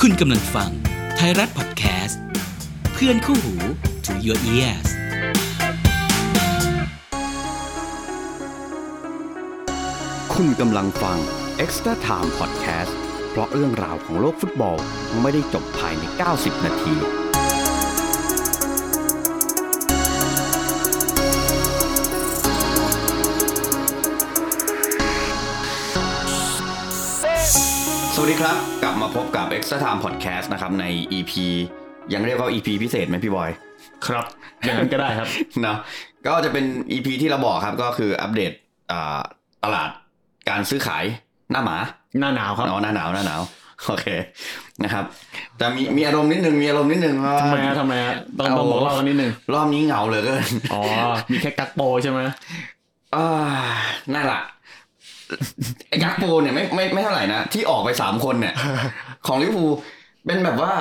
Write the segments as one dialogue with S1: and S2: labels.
S1: คุณกำลังฟังไทยรัฐพอดแคสต์เพื่อนคู่หู to your ears
S2: คุณกำลังฟัง Extra Time Podcast เพราะเรื่องราวของโลกฟุตบอลไม่ได้จบภายใน 90 นาที สวัสดีครับ กลับมาพบกับ Extra Time Podcast นะครับ ใน EP ยังเรียกว่า EP พิเศษไหมพี่บอย
S3: ครับ อย่างนั้นก็ได้ครับ
S2: เนาะก็จะเป็น EP ที่เราบอกครับก็คืออัปเดตอ่าตลาดการซื้อขายหน้าหมา
S3: หน้าหนาวครับ
S2: เนาะหน้าหนาวหน้าหนาวโอเคนะครับ แต่มีมีอารมณ์นิดนึงมีอารมณ์นิดนึงเพราะว่า
S3: ทำไมฮะทำไมฮะต้องต้อง
S2: เอา
S3: บอกเล่ากันนิดนึง
S2: รอบนี้เหงาเหลือเกิน
S3: อ๋อ มีแค่กักโปใช่ไหม
S2: อ่านั่นแหละไอ้กักโปเนี่ยไม่ไม่ไม่เท่าไหร่นะ ที่ออกไปสามคนเนี่ย ของลิเวอร์พูลเป็นแบบว่า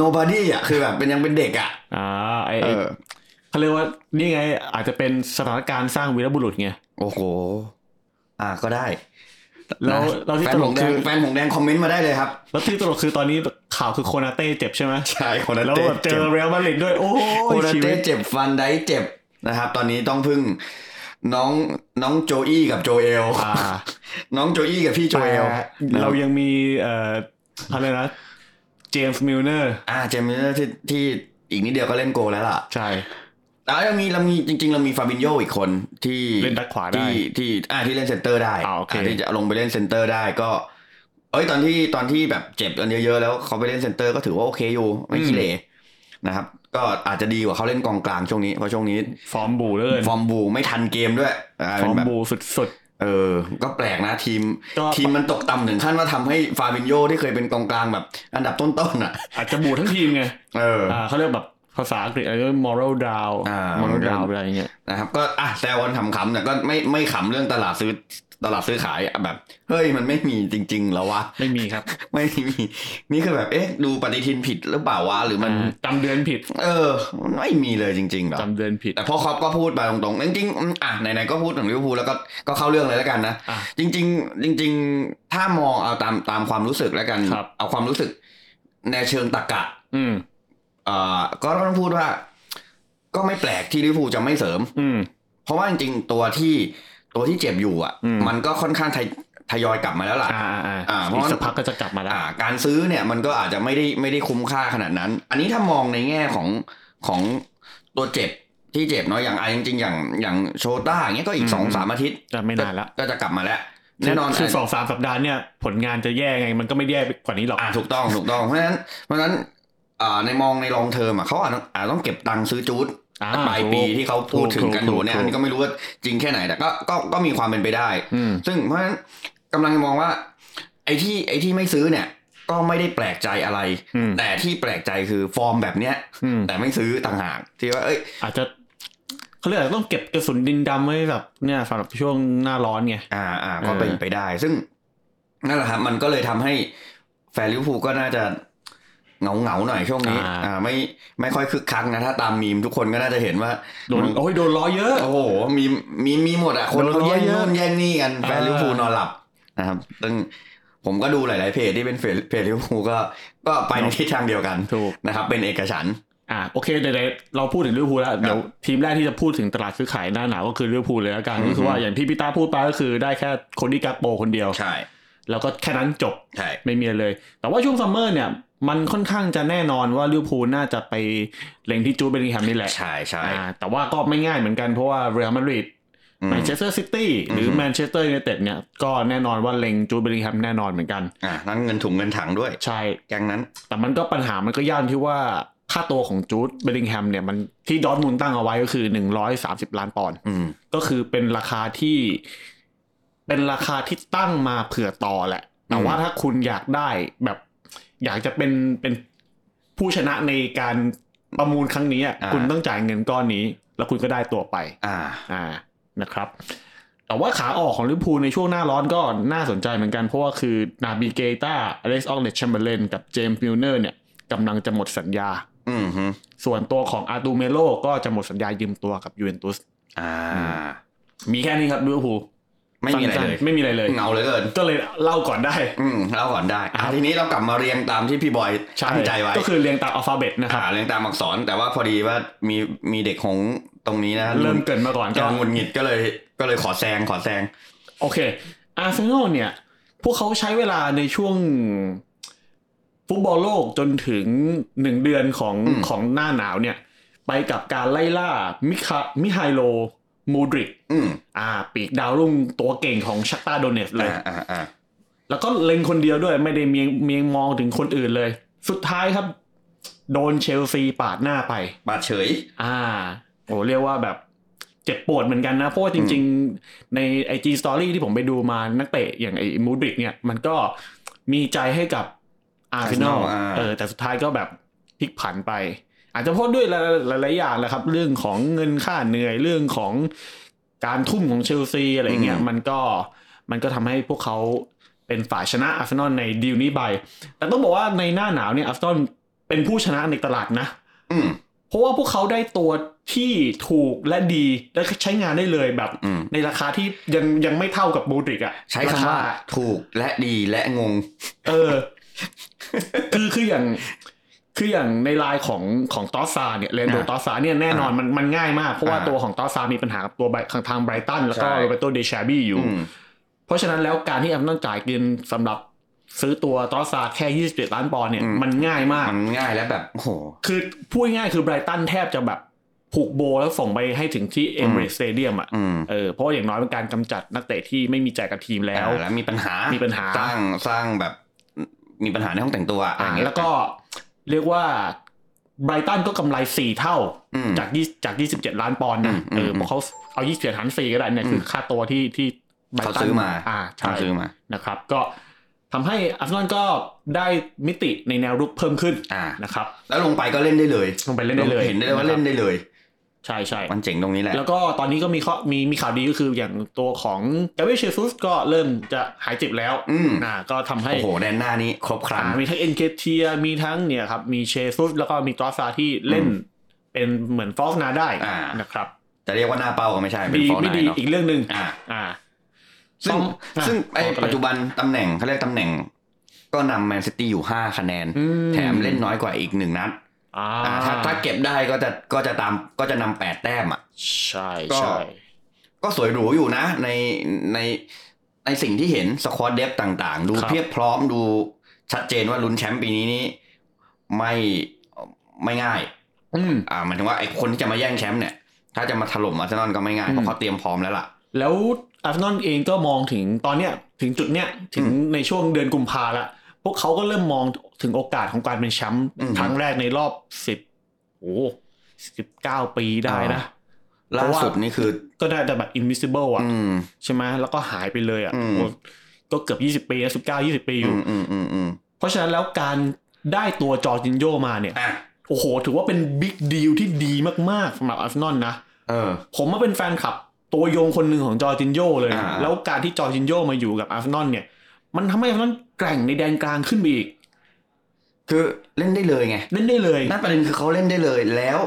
S2: nobody อ่ะคือแบบเป็นยังเป็นเด็กอ่ะ
S3: อ่าไอ
S2: เอ
S3: ไอ้
S2: อ
S3: เขาเรียกว่านี่ไงอาจจะเป็นสถานการณ์สร้างวีรบุรุษไง
S2: โอ้โห อ่าก็ได้
S3: แล้ว
S2: นะ
S3: แล้วที่
S2: แฟ
S3: ต
S2: น
S3: ล
S2: หง
S3: ก
S2: แด
S3: คื
S2: ง
S3: อ
S2: แฟนหงแดงคอมเมนต์มาได้เลยครับ
S3: แล้วที่ตลกคือตอนนี้ข่าวคือโคนาเต้เจ็บใช่ไหม
S2: ใช่คนนั้น
S3: แล้ว
S2: เต้
S3: แบบเจ
S2: เจ็บ
S3: อเรอัลมาดริดด้วย โอ้
S2: โคน
S3: ย
S2: นั้น
S3: ชี
S2: เต้
S3: วิต
S2: เจ็บฟันได้เจ็บนะครับ ตอนนี้ต้องพึ่งน้องน้องโจอี้กับโจเอล
S3: อ่า
S2: น้องโจอี้กับพี่โจเอล
S3: แต่เรายังมีเอ่ออะไรนะเจมส์มิลเนอร์
S2: อ่าเจมินที่ที่อีกนิดเดียวก็เล่นโกลแล้วล่ะ
S3: ใช่
S2: แล้วเรามีเรามีจริง ๆ เรามีฟาบินโยอีกคนที่
S3: เล่นแบ็คขวาได้
S2: ที่ที่อ่าที่เล่นเซนเตอร์ได้
S3: อ่าโอเค
S2: ที่จะลงไปเล่นเซนเตอร์ได้ก็ เอ้ยตอนที่ตอนที่แบบเจ็บกันเยอะๆแล้วเขาไปเล่นเซนเตอร์ก็ถือว่าโอเคอยู่ไม่ขี้เหร่นะครับ ก็อาจจะดีกว่าเขาเล่นกองกลางช่วงนี้เพราะช่วงนี้
S3: ฟอร์มบูเหลย
S2: ฟอร์มบูไม่ทันเกมด้วยอ่า
S3: ฟ
S2: เป็
S3: อร์
S2: น
S3: ม
S2: แบบ
S3: บูสุด
S2: เออ ก็แปลกนะทีม
S3: ก็
S2: ทีมมันตกต่ำถึงขั้นว่าทำให้ฟาบินโยที่เคยเป็นกองกลางแบบ อันดับต้นๆอ่ะ
S3: ๆ อาจจะบูทั้งทีมไง
S2: เออ
S3: อ่าเขาเรียกแบบภาษาอังกฤษอะไรก็ moral down
S2: อ่า
S3: moral down อะไรอย่างเงี้ย
S2: นะครับ ก็อ่ะแซวกันขำๆแต่ก็ไม่ไม่ขำเรื่องตลาดซื้อตลาดซื้อขายอ่ะแบบ เฮ้ยมันไม่มีจริง ๆ แล้ววะ
S3: ไม่มีครับ
S2: ไม่มี นี่คือแบบเอ๊ะ ดูปฏิทินผิดหรือเปล่าวะหรือมัน
S3: อ่าจำเดือนผิด
S2: เออ มันไม่มีเลยจริงๆหรอ
S3: จำเดือนผิด
S2: แต่พ่อครอปก็พูดมาตรงๆจริงๆอืมอ่ะไหนๆก็พูดถึงลิเวอร์พูลแล้วก็ก็เข้าเรื่องเลยแล้วกันนะ
S3: อ่ะ
S2: จริง ๆ จริง ๆ ถ้ามองเอาตามตามความรู้สึกแล้วกัน
S3: ครับ
S2: เอาความรู้สึกในเชิงตรรกะ
S3: อืม
S2: เอ่อก็ต้องพูดว่า ก็ไม่แปลกที่ลิเวอร์พูลจะไม่เสริม
S3: อืม
S2: เพราะว่าจริงๆตัวที่ตัวที่เจ็บอยู่อ่ะ
S3: อืม
S2: มันก็ค่อนข้างทยทยอยกลับมาแล้วล่ะ
S3: อ่าอ่า
S2: อ่า
S3: อ่า
S2: เพราะ
S3: อีกสักพักก็จะกลับมาแล้ว
S2: อ่าการซื้อเนี่ยมันก็อาจจะไม่ได้ไม่ได้คุ้มค่าขนาดนั้น อันนี้ถ้ามองในแง่ของของตัวเจ็บที่เจ็บเนาะอย่างไอะจริงๆอย่างอย่างโชต้าอย่างเงี้ยก็อีก
S3: อืม
S2: สองสามอาทิตย์
S3: จะไม่นานละ
S2: ก็ก็จะกลับมาแล้ว แน่นอน
S3: คือส
S2: อ
S3: องสามสัปดาห์เนี่ยผลงานจะแย่ไง มันก็ไม่แย่ไปกว่านี้หรอก
S2: ่าถูกต้องถูกต้องเพราะฉะนั้นเพราะฉะนั้นอ่าในมองในลองเทอมอ่ะเขาอาจต้องอาจต้องเก็บตังค์ซื้อจูด
S3: อ่า
S2: ปลายปีที่เขาพูดถึงกันอยู่เนี่ย
S3: ถูกถูก
S2: อันนี้ก็ไม่รู้ว่าจริงแค่ไหนแต่ก็ก็ก็มีความเป็นไปได้
S3: อืม
S2: ซึ่งเพราะฉะนั้นกำลังจะมองว่า ไอ้ที่ไอ้ที่ไม่ซื้อเนี่ย ก็ไม่ได้แปลกใจอะไร
S3: อืม
S2: แต่ที่แปลกใจคือฟอร์มแบบเนี้ย
S3: อืม
S2: แต่ไม่ซื้อต่างหากที่ว่าเอ้ย
S3: อาจจะเขาเรียกอะไรต้องเก็บกระสุนดินดำไว้แบบเนี่ยสำหรับช่วงหน้าร้อนไง
S2: อ่าอ่าก็เป็น
S3: เออ
S2: ไปได้ ซึ่งนั่นแหละครับ มันก็เลยทำให้แฟนลิเวอร์พูลก็น่าจะเหงาเหงาๆหน่อยช่วงนี้ อ่า ไม่ไม่ค่อยคึกคักนะถ้าตามมีมทุกคนก็น่าจะเห็นว่า
S3: โดนโอ้ยโดนล้อเยอะ
S2: โอ้โหมีมีมีหมดอ่ะคนเขาแย่ง
S3: โดนเยอะ
S2: นู่นแย่งนี่กันแฟน
S3: เออ
S2: ลิเวอร์พูลนอนหลับนะครับซึ่งผมก็ดูหลาย ๆ เพจที่เป็นเพจลิเวอร์พูลก็ก็ไปในทิศทางเดียวกัน
S3: ถูก
S2: นะครับ เป็นเอกฉันท์
S3: อ่ะโอเคเดี๋ยวๆเราพูดถึงลิเวอร์พูลแล้วเดี๋ยวทีมแรกที่จะพูดถึงตลาดซื้อขายหน้าหนาวก็คือลิเวอร์พูลเลยละกัน
S2: อืม
S3: ก็คือว่าอย่างที่พี่ต้าพูดไปก็คือได้แค่คนที่กาโปคนเดียว
S2: ใช่
S3: แล้วก็แค่นั้นจบ
S2: ใช่
S3: ไม่มีอะไรเลย แต่ว่าช่วงซัมเมอร์เนี่ย มันค่อนข้างจะแน่นอนว่าลิเวอร์พูลน่าจะไปเล็งที่จูดเบลลิงแฮมนี่แหละ
S2: ใช่ใช่
S3: อ่าแต่ว่าก็ไม่ง่ายเหมือนกันเพราะว่าเรอัลมาดริด
S2: อืม
S3: แมนเชสเตอร์ซิตี้หรือ
S2: ม
S3: แมนเชสเตอร์ยูไนเต็ดเนี่ยก็แน่นอนว่าเล็งจูดเบลลิงแฮมแน่นอนเหมือนกัน
S2: อ่านั่นเงินถุงเงินถังด้วย
S3: ใช่
S2: แก๊งนั้น
S3: แต่มันก็ปัญหามันก็ย่านที่ว่าค่าตัวของจูดเบลลิงแฮมเนี่ยมันที่ดอร์ทมุนด์ตั้งเอาไว้ก็คือ 130 ล้านปอนด์
S2: อืม
S3: ก็คือเป็นราคาที่ เป็นราคาที่ตั้งมาเผื่อต่อแหละ แต่ว่าถ้าคุณอยากได้แบบ อยากจะเป็นเป็นผู้ชนะในการประมูลครั้งนี้อะ
S2: อ่า
S3: คุณต้องจ่ายเงินก้อนนี้ แล้วคุณก็ได้ตัวไป
S2: อ่า
S3: อ่านะครับ แต่ว่าขาออกของลิเวอร์พูลในช่วงหน้าร้อนก็น่าสนใจเหมือนกัน เพราะว่าคือนาบีเกต้าอเล็กซ์ออกเลตแชมเบอร์เลนกับเจมส์มิลเนอร์เนี่ยกำลังจะหมดสัญญา
S2: อืมฮึ
S3: ส่วนตัวของอาร์ตูเมโลก็จะหมดสัญญายืมตัวกับยูเวนตุส
S2: อ่า
S3: มีแค่นี้ครับลิเวอร์พูล
S2: ไม่มีอะไร
S3: สั้น
S2: เลย
S3: ๆไม่มีอะไรเลย
S2: เงาเหลยเกิน
S3: ก็เลยเล่าก่อนได้
S2: อืมเล่าก่อนได้อ่ะ
S3: ครับ
S2: ทีนี้เรากลับมาเรียงตามที่พี่บอยตั้งใจไว้
S3: ก็คือเรียงตามอัลฟาเบตนะครับ
S2: อ่าเรียงตามอักษร แต่ว่าพอดีว่ามีมีเด็กของส์ตรงนี้นะ
S3: เริ่มเกรินมาก่อน
S2: จะ
S3: ก็
S2: หงุดหงิดก็เลยก็เลยขอแซงขอแซง
S3: โอเค อาร์เซนอลเนี่ย พวกเขาใช้เวลาในช่วงฟุตบอลโลกจนถึงหนึ่งเดือนของ
S2: อืม
S3: ของหน้าหนาวเนี่ย ไปกับการไล่ล่า มิคามิไฮโลมูดริก
S2: อืม
S3: อ่า ปีกดาวรุ่งตัวเก่งของชักตาโดเนสเลย
S2: อ่าอ่าอ่า
S3: แล้วก็เล็งคนเดียวด้วยไม่ได้เมียงเมียงมองถึงคนอื่นเลย สุดท้ายครับ โดนเชลซีปาดหน้าไป
S2: บาดเฉย
S3: อ่าโอ้เรียกว่าแบบเจ็บปวดเหมือนกันนะ เพราะว่าจริงๆ ใน IG Story ที่ผมไปดูมานักเตะอย่างไอ้มูดริกเนี่ย มันก็มีใจให้กับอาร์เซนอ
S2: Arsenal
S3: ล
S2: อ่า
S3: เออแต่สุดท้ายก็แบบพลิกผันไป อาจจะเพราะด้วยหลายๆอย่างแหละครับ เรื่องของเงินค่าเหนื่อยเรื่องของการทุ่มของเชลซีอะไรเงี้ยมันก็มันก็ทำให้พวกเขาเป็นฝ่ายชนะอาร์เซนอลในดีลนี้ไปแต่ต้องบอกว่าในหน้าหนาวเนี่ยอาร์เซนอลเป็นผู้ชนะในตลาดนะ
S2: อืม
S3: เพราะว่าพวกเขาได้ตัวที่ถูกและดีและใช้งานได้เลยแบบ
S2: อืม
S3: ในราคาที่ยังยังไม่เท่ากับมูดริกอะ
S2: ใช้
S3: ร
S2: คำว่าถูกและดีและงง
S3: เอ อ คือคืออย่าง คืออย่างในไลน์ของของตอสซาเนี่ยเรนโด
S2: อ่า
S3: ตอสซาเนี่ยแน่นอนมันมันง่ายมาก เพราะว่า
S2: อ่า
S3: ตัวของตอสซามีปัญหากับตัวไบทางทางไบรตันแล้วก็
S2: ใช่
S3: โรเบโตเดชาบี้อยู่
S2: อืม
S3: เพราะฉะนั้นแล้วการที่แอมต้องจ่ายเงินสำหรับซื้อตัวตอสซาแค่27ล้านปอนด์เนี่ยมันง่ายมาก
S2: มันง่ายและแบบโอ้โห
S3: คือพูดง่ายๆคือไบรตันแทบจะแบบผูกโบแล้วส่งไปให้ถึงที่เอ r a เ e สเตเดียมอ่ะ
S2: อืม
S3: เออเพราะอย่างน้อยเป็นการกำจัดนักเตะที่ไม่มีใจกับทีมแล้ว
S2: อ่าแล้วมีปัญหามี
S3: ปัญหา
S2: สร้างสร้างแบบมีปัญหาในห้องแต่งตัวอะไรอ
S3: อ่า
S2: ย่างเงี้ย
S3: แล้วก็เรียกว่าไบรตันก็กำไรสี่เท่า
S2: อืม
S3: จากยี่จากยี่สิบเจ็ดล้านปอนด์นะ
S2: อืม
S3: เออเพราะเขาเอายี่สิบเจ็ดหารสี่ก็ได้เนี่ยคือค่าตัวที่ที่ไบรตัน
S2: เขาซื้อมา
S3: อ่าใช่
S2: เขาซื้อมา
S3: นะครับ ก็ทำให้อาร์เซนอลก็ได้มิติในแนวรุกเพิ่มขึ้น
S2: อ่า
S3: นะครับ
S2: แล้วลงไปก็เล่นได้เลย
S3: ลงไปเล่นได้เลย
S2: เห็นได้เลยว่าเล่นได้เลย
S3: ใช่ใช่
S2: มันเจ๋งตรงนี้แหละ
S3: แล้วก็ตอนนี้ก็มีข้อมีมีข่าวดีก็คืออย่างตัวของแกเบรียลเชซุสก็เริ่มจะหายเจ็บแล้ว
S2: อืม
S3: นะก็ทำให้
S2: โอ้โหแดนหน้านี้ครบครัน
S3: อ่ามีทั้งเอ็นเคเทียมีทั้งเนี่ยครับ มีเชซุสแล้วก็มีตอสซาที่เล่น เป็นเหมือนฟอสนาได้
S2: อ่าน
S3: นะครับ
S2: จะเรียกว่าหน้าเป้าก็ไม่ใช่เป็น
S3: ดี
S2: ฟอร์
S3: ไม่
S2: ไน
S3: ดี
S2: เนาะ
S3: อีกเรื่องหนึ่ง
S2: อ่า
S3: อ่า
S2: ซึ่ง
S3: อ่ะ
S2: ซึ่งไอ
S3: ต่อกันเลย
S2: ปัจจุบันตำแหน่งเขาเรียกตำแหน่ง ก็นำแมนซิตี้อยู่ 5 คะแนน
S3: อื
S2: แถมเล่นน้อยกว่าอีกหนึ่งนัด
S3: อ่า
S2: อ่าถ้าถ้าเก็บได้ก็จะก็จะตามก็จะนำแปดแต้มอ่ะ
S3: ใช่
S2: ก็
S3: ใช่
S2: ก็สวยหรูอยู่นะ ในในในสิ่งที่เห็นสควอตเดฟต่างๆ ดูเพียบพร้อมดูชัดเจนว่าลุ้นแชมป์ปีนี้นี่ไม่ไม่ง่าย
S3: อืม
S2: อ่าหมายถึงว่าไอ้คนที่จะมาแย่งแชมป์เนี่ย ถ้าจะมาถล่มอาร์เซนอลก็ไม่ง่าย
S3: อืม
S2: เพราะเขาเตรียมพร้อมแล้วล่ะ
S3: แล้วอาร์เซนอลเองก็มองถึงตอนเนี้ยถึงจุดเนี้ยถึงในช่วงเดือนกุมภาละพวกเขาก็เริ่มมองถึงโอกาสของการเป็นแชมป์
S2: อืม
S3: ครั้งแรกในรอบสิบโอ้สิบเก้าปีได้นะ เพ
S2: ล่า
S3: ราะว่า
S2: สุดนี่คือ
S3: ก็ได้แต่แบบ invisible อ่ะ
S2: อืม
S3: ใช่ไหมแล้วก็หายไปเลยอ่ะ
S2: อืม
S3: โอ้ก็เกือบยี่สิบปีแล้วสิบเก้ายี่สิบปีอ
S2: อื
S3: ยู่
S2: มอืมอืมอืม
S3: เพราะฉะนั้นแล้วการได้ตัวจอร์จินโยมาเนี่ย
S2: อ่ะ
S3: โอ้โห ถือว่าเป็นบิ๊กดีลที่ดีมากๆสำหรับอาร์เซนอลนะ
S2: เออ
S3: ผมมาเป็นแฟนคลับ ตัวยงคนหนึ่งของจอร์จินโยเลยนะ
S2: อ่า
S3: แล้วการที่จอร์จินโยมาอยู่กับอาร์เซนอลเนี่ย มันทำให้อาร์เซนอลแกร่งในแดนกลางขึ้นไปอีก
S2: คือเล่นได้เลยไง
S3: เล่นได้เลย
S2: นั่นประเด็นคือเขาเล่นได้เลยแล้ว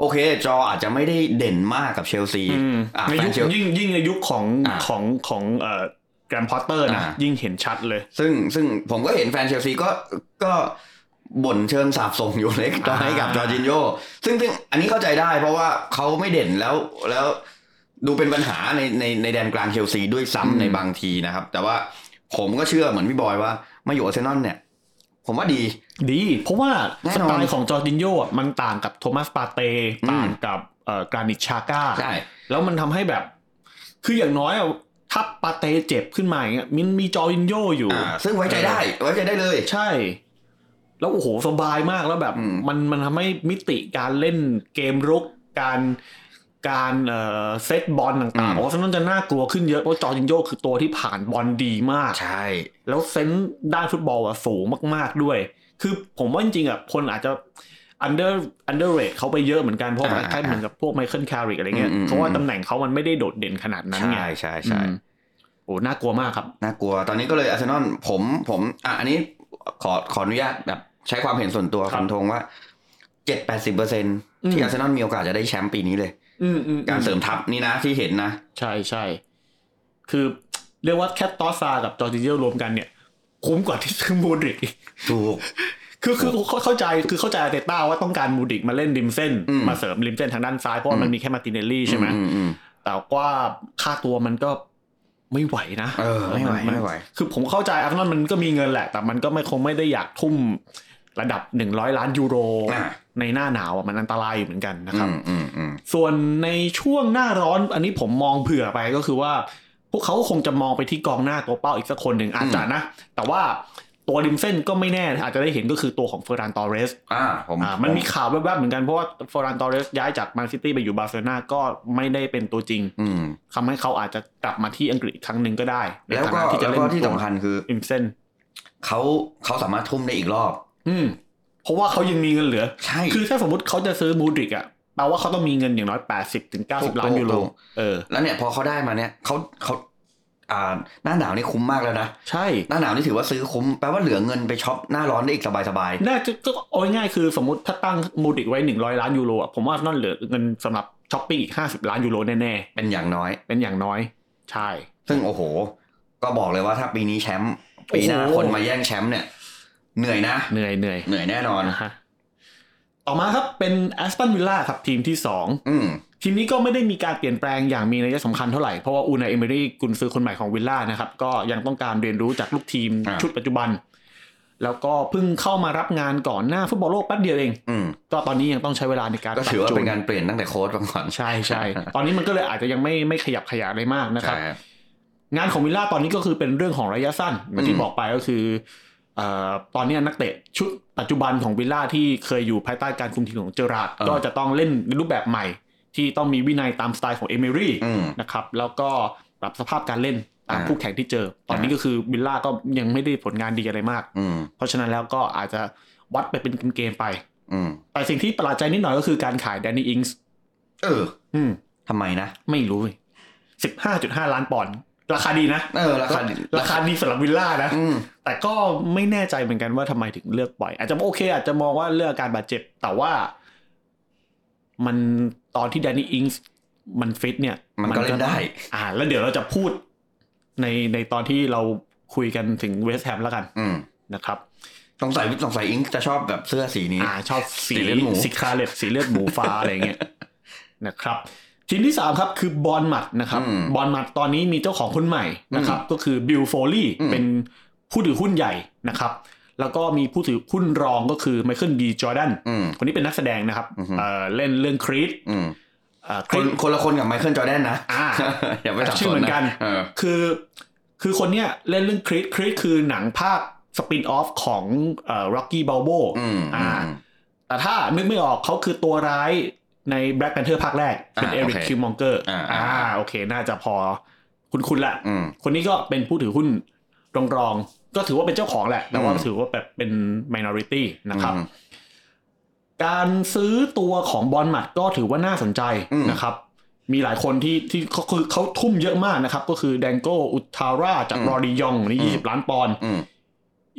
S2: โอเค จออาจจะไม่ได้เด่นมากกับเชลซี
S3: อืม
S2: อ่ะ
S3: ใน
S2: แฟ
S3: ยุ
S2: น
S3: ค
S2: เชล
S3: ยิ่งยิ่งในยุคของ
S2: อ่า
S3: ของของเอ่อแกรมพอตเตอร์นะ
S2: อ่า
S3: ยิ่งเห็นชัดเลย
S2: ซึ่งซึ่งผมก็เห็นแฟนเชลซีก็ก็บ่นเชิงสาบส่งอยู่เล็กตอนให้กับจอร์จินโยซึ่งซึ่งอันนี้เข้าใจได้เพราะว่าเขาไม่เด่นแล้วแล้วดูเป็นปัญหาในในในแดนกลางเชลซีด้วยซ้ำ
S3: อืม
S2: ในบางทีนะครับ แต่ว่าผมก็เชื่อเหมือนพี่บอยว่ามาอยู่อาร์เซนอลเนี่ย ผมว่าดี
S3: ดี เพราะว่า
S2: แน่
S3: ส
S2: นอน
S3: ไตล์ของจอร์จินโยอ่ะมันต่างกับโทมัสปาเต
S2: อืม
S3: ต่างกับเอ่อกรานิชชาก้า
S2: ใช่
S3: แล้วมันทำให้แบบ คืออย่างน้อยอะถ้าปาเตเจ็บขึ้นมาอย่างเงี้ยมันมีจอร์จินโยอยู่
S2: อ่าซึ่งไว้ใจได้ไว้ใจได้เลย
S3: ใช่ แล้วโอ้โหสบายมากแล้วแบบ
S2: อืม
S3: มันมันทำให้มิติการเล่นเกมรุกการการเอ่อเซตบอลต่างๆโอ้ฉะนั้นจะน่ากลัวขึ้นเยอะเพราะจอร์จินโยคือตัวที่ผ่านบอลดีมาก
S2: ใช่
S3: แล้วเซนส์ด้านฟุตบอลอะสูงมากๆด้วย คือผมว่าจริงๆอะคนอาจจะ under underrate เขาไปเยอะเหมือนกันเพราะ
S2: อ่า
S3: คล้ายๆเหมือนกับพวกไมเคิลแคริกอะไรเงี้ย
S2: อืมอืม
S3: เพราะว่าตำแหน่งเขามันไม่ได้โดดเด่นขนาดนั้นไง
S2: ใช่ใช่ใช่
S3: อืมโอ้น่ากลัวมากครับ
S2: น่ากลัว ตอนนี้ก็เลยอาร์เซนอลผมผมอ่ะอันนี้ขอขออนุญาตแบบใช้ความเห็นส่วนตัว
S3: ครับ
S2: คำทงว่าเจ็ดแปดสิบเปอร์เซ็น
S3: อืม
S2: ที่อาร์เซนอลมีโอกาสจะได้แชมป์ปีนี้เลย
S3: อืมอืม
S2: การเสริมทัพนี่นะที่เห็นนะ
S3: ใช่ใช่ คือ เรียกว่าแค่ตอสซากับจอร์จิเนียรวมกันเนี่ย คุ้มกว่าที่ซื้อมูดริก อีก
S2: ถูก
S3: คือคือเขาเข้าใจคือเข้าใจอาร์เตต้าว่าต้องการมูดริกมาเล่นริมเส้น
S2: อืม
S3: มาเสริมริมเส้นทางด้านซ้ายเพราะว่ามันมีแค่มาร์ติเนลลี่ใช่ไหม
S2: อือือื
S3: แต่ว่าค่าตัวมันก็ไม่ไหวนะ
S2: เออไม่ไหวน
S3: น
S2: ไม่ไหว
S3: คือผมเข้าใจอาร์เซนอลมันก็มีเงินแหละ แต่มันก็ไม่คงไม่ได้อยากทุ่มระดับ 100 ล้านยูโร
S2: อ่า
S3: ในหน้าหนาวอะมันอันตรายอยู่เหมือนกันนะครับ
S2: อืมอืมอืม
S3: ส่วนในช่วงหน้าร้อนอันนี้ผมมองเผื่อไปก็คือว่า พวกเขาคงจะมองไปที่กองหน้าตัวเป้าอีกสักคนหนึ่งอาจจะนะ แต่ว่าตัวริมเส้นก็ไม่แน่อาจจะได้เห็นก็คือตัวของเฟอร์รันตอเรส
S2: อ่าผม
S3: อ่ามันมีข่าวแวบๆเหมือนกันเพราะว่าเฟอร์รันตอเรสย้ายจากแมนซิตี้ไปอยู่บาร์เซโลนาก็ไม่ได้เป็นตัวจริง
S2: อืม
S3: ทำให้เขาอาจจะกลับมาที่อังกฤษอีกครั้งหนึ่งก็ได้ใน
S2: แล้ว
S3: ฐา
S2: ก็
S3: นะที่จะ
S2: แล้ว
S3: เล่
S2: ก็
S3: น
S2: ที่
S3: ตัว
S2: สำคัญคือ
S3: ริมเส้น
S2: เขาเขาสามารถทุ่มได้อีกรอบ
S3: อืมเพราะว่าเขายังมีเงินเหลือ
S2: ใช่
S3: คือถ้าสมมติเขาจะซื้อมูดริกอะแปลว่าเขาต้องมีเงินอย่างน้อย80ถึง90ล้านยูโร
S2: ถูก
S3: เออ
S2: แล้วเนี่ยพอเขาได้มาเนี่ยเขาเขาอ่าหน้าหนาวนี่คุ้มมากแล้วนะ
S3: ใช่
S2: หน้าหนาวนี่ถือว่าซื้อคุ้มแปลว่าเหลือเงินไปช็อปหน้าร้อนได้อีกสบาย
S3: น่าจะก็เอาง่ายๆคือสมมติถ้าตั้งมูดิกไว้ 100 ล้านยูโรอ่ะผมว่านั่นเหลือเงินสำหรับช้อปปิ้งอีก 50 ล้านยูโรแน่
S2: ๆ เป็นอย่างน้อย
S3: ๆ เป็นอย่างน้อย ใช่
S2: ซึ่งโอ้โห ก็บอกเลยว่าถ้าปีนี้แชมป์ปีหน้า
S3: โอ้โห
S2: คนมาแย่งแชมป์เนี่ย เหนื่อยนะ
S3: เหนื่อยเหนื่อย
S2: เหนื่อยแน่นอน
S3: นะฮะต่อมาครับเป็นแอสตันวิลล่าครับทีมที่ 2
S2: อืม
S3: ทีมนี้ก็ไม่ได้มีการเปลี่ยนแปลงอย่างมีนัยสำคัญเท่าไหร่ เพราะว่าอูนายเอเมรี่กุนซือคนใหม่ของวิลล่านะครับ ก็ยังต้องการเรียนรู้จากลูกทีมชุดปัจจุบัน แล้วก็เพิ่งเข้ามารับงานก่อนหน้าฟุตบอลโลกแป๊บเดียวเอง
S2: อืม
S3: ก็ตอนนี้ยังต้องใช้เวลาในการ
S2: ก็
S3: ปรับ
S2: ถือว่า
S3: จู
S2: เป็น
S3: น
S2: การเปลี่ยนตั้งแต่โค้ชบางก่อน
S3: ใช่ใช่ ตอนนี้มันก็เลยอาจจะยังไม่ไม่ขยับขยายอะไรมากนะครับ
S2: ใช่
S3: งานของวิลล่าตอนนี้ก็คือเป็นเรื่องของระยะสั้นเหมือน
S2: อื
S3: ที่
S2: ม
S3: บอกไปก็คือเอ่อตอนนี้นักเตะชุดปัจจุบันของวิลล่าที่เคยอยู่ภายใต้การคุมทีมของเจอราร์ดก็จะต้องเล่นในรูปแบบใหม่ ที่ต้องมีวินัยตามสไตล์ของเอเมรี่
S2: อืม
S3: นะครับแล้วก็ปรับสภาพการเล่นตาม
S2: อ่า
S3: คู่แข่งที่เจอ ตอนนี้ก็คือวิลล่าก็ยังไม่ได้ผลงานดีอะไรมาก
S2: อืม
S3: เพราะฉะนั้นแล้วก็อาจจะวัดไปเป็นเกมๆไป
S2: อืม
S3: แต่สิ่งที่ประหลาดใจนิดหน่อยก็คือการขายแดนนี่อิงส์
S2: เออ
S3: อืม
S2: ทำไมนะ
S3: ไม่รู้สิบห้าจุดห้าล้านปอนด์ราคาดีนะ
S2: เออราคา
S3: ราคาดีสำหรับวิลล่านะ
S2: อืม
S3: แต่ก็ไม่แน่ใจเหมือนกันว่าทำไมถึงเลือกปล่อย อาจจะโอเค อาจจะมองว่าเรื่องอาการบาดเจ็บ แต่ว่า มันตอนที่แดนนี่อิงส์มันฟิตเนี่ย
S2: มันก็เล่นได้
S3: อ่า แล้วเดี๋ยวเราจะพูดในในตอนที่เราคุยกันถึงเวสต์แฮมแล้วกัน
S2: อืม
S3: นะครับ
S2: สงสัยสงสัยอิงจะชอบแบบเสื้อสีนี้
S3: อ่าชอบสี
S2: สีเลือดหมู
S3: สีคาเล็ตสีเลือดหมูฟ้า อะไร เงี้ยนะครับ ทีมที่สามครับคือบอลมัดนะครับ
S2: อืม
S3: บอลมัดตอนนี้มีเจ้าของคนใหม่นะครับ ก็คือบิลโฟลี่
S2: อืม
S3: เป็นผู้ถือหุ้นใหญ่นะครับ แล้วก็มีผู้ถือหุ้นรองก็คือไมเคิลบีจอร์แดน
S2: อืม
S3: คนนี้เป็นนักแสดงนะครับ
S2: อือฮึ
S3: เอ่อเล่นเรื่องครีด
S2: อืม
S3: อ่า
S2: ค
S3: ครี
S2: น
S3: ด
S2: คนละคนกับไมเคิลจอร์แดนนะ
S3: อ่า
S2: อย่าไปสับ
S3: ชื่
S2: ส
S3: อน เหมือนกั
S2: นะ
S3: น
S2: เออ
S3: คือคือคนเนี้ยเล่นเรื่องครีดครีดคือหนังภาคสปินออฟของเอ่อร็อกกี้บัลโบ
S2: อืม
S3: อ่า
S2: อืม
S3: แต่ถ้านึกไม่ออกเขาคือตัวร้ายใน Black Panther ภาคแรก เป็น
S2: อ่า
S3: เอริก
S2: โอเค
S3: คิวมองเกอร์
S2: อ่า
S3: อ่า
S2: อ่า
S3: โอเค น่าจะพอคุณคุณละ
S2: อืม
S3: คนนี้ก็เป็นผู้ถือหุ้นรองรองๆก็ถือว่าเป็นเจ้าของแหละ แต่ว่า
S2: อืม
S3: ถือว่าแบบเป็น minority นะครับ การซื้อตัวของบอลหมัดก็ถือว่าน่าสนใจนะครับ มีหลายคนที่ที่เขาคือเขาทุ่มเยอะมากนะครับ ก็คือแดงโกอุทาร่าจากรอริยองนี่ยี่สิบล้านปอนด์
S2: อืม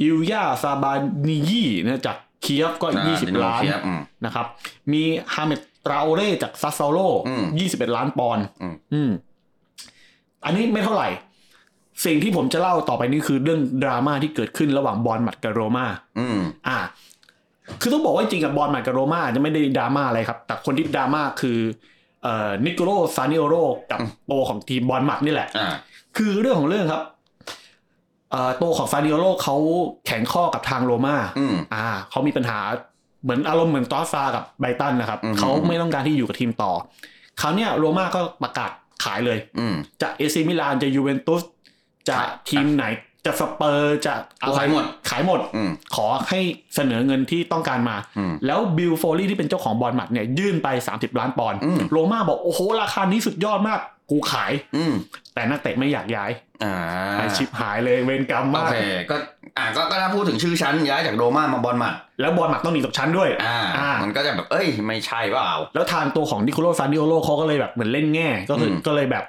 S3: อิลยาซาบานียีนะจากเคียฟก็
S2: อ่า
S3: ยี่สิบ
S2: ดิโน
S3: ล้าน
S2: เทียบอืม
S3: นะครับ มีฮาเมดตราโอเร่จากซัสเซาโล
S2: อืม
S3: 21 ล้านปอนด์
S2: อืม
S3: อืม อันนี้ไม่เท่าไหร่ สิ่งที่ผมจะเล่าต่อไปนี้คือเรื่องดราม่าที่เกิดขึ้นระหว่างบอลหมัดกับโรมา
S2: อืม
S3: อ่า คือต้องบอกว่าจริงๆกับบอลหมัดกับโรมาจะไม่ได้ดราม่าอะไรครับ แต่คนที่ดราม่าคือเอ่อนิโคโลซานิโอโรกับโปรของทีมบอลหมัดนี่แหละ
S2: อ่า
S3: คือเรื่องของเรื่องครับเอ่อตัวของซานิโอโรเขาแข็งข้อกับทางโรมา
S2: อืม
S3: อ่าเขามีปัญหาเหมือนอารมณ์เหมือนตอสซากับไบรตันนะครับ
S2: อืม
S3: เขาไม่ต้องการที่อยู่กับทีมต่อเขาวเนี่ยโรม่าก็ประกาศขายเลย
S2: อืม
S3: จะเอซิมิลานจะยูเวนตุสจะทีมไหนจะสเปอร์จะ
S2: ขายหมด
S3: ขายหมด
S2: อืม
S3: ขอให้เสนอเงินที่ต้องการมา
S2: อืม
S3: แล้วบิลโฟลี่ที่เป็นเจ้าของบอลหมัดเนี่ยยื่นไป 30 ล้านปอนด์
S2: อืม
S3: โรม่าบอกโอ้โห ราคานี้สุดยอดมาก กูขาย
S2: อืม
S3: แต่นักเตะไม่อยากย้าย
S2: อ่า
S3: ไอชิบหายเลยเวรกรรม
S2: โอ
S3: มาก
S2: เค ก็ อ่า ก็ ก็ถ้าพูดถึงชื่อชั้นย้ายจากโดมามาบอลหมัด
S3: แล้วบอลหมัดต้องหนีตกชั้นด้วย
S2: อ่า
S3: อ่ามั
S2: มันก็จะแบบ เอ้ย ไม่ใช่เปล่า
S3: แล้วทางตัวของนิโคลซานดิโอโลเขาก็เลยแบบเหมือนเล่นแง่ ก็คือ
S2: อืม
S3: ก็เลยแบบ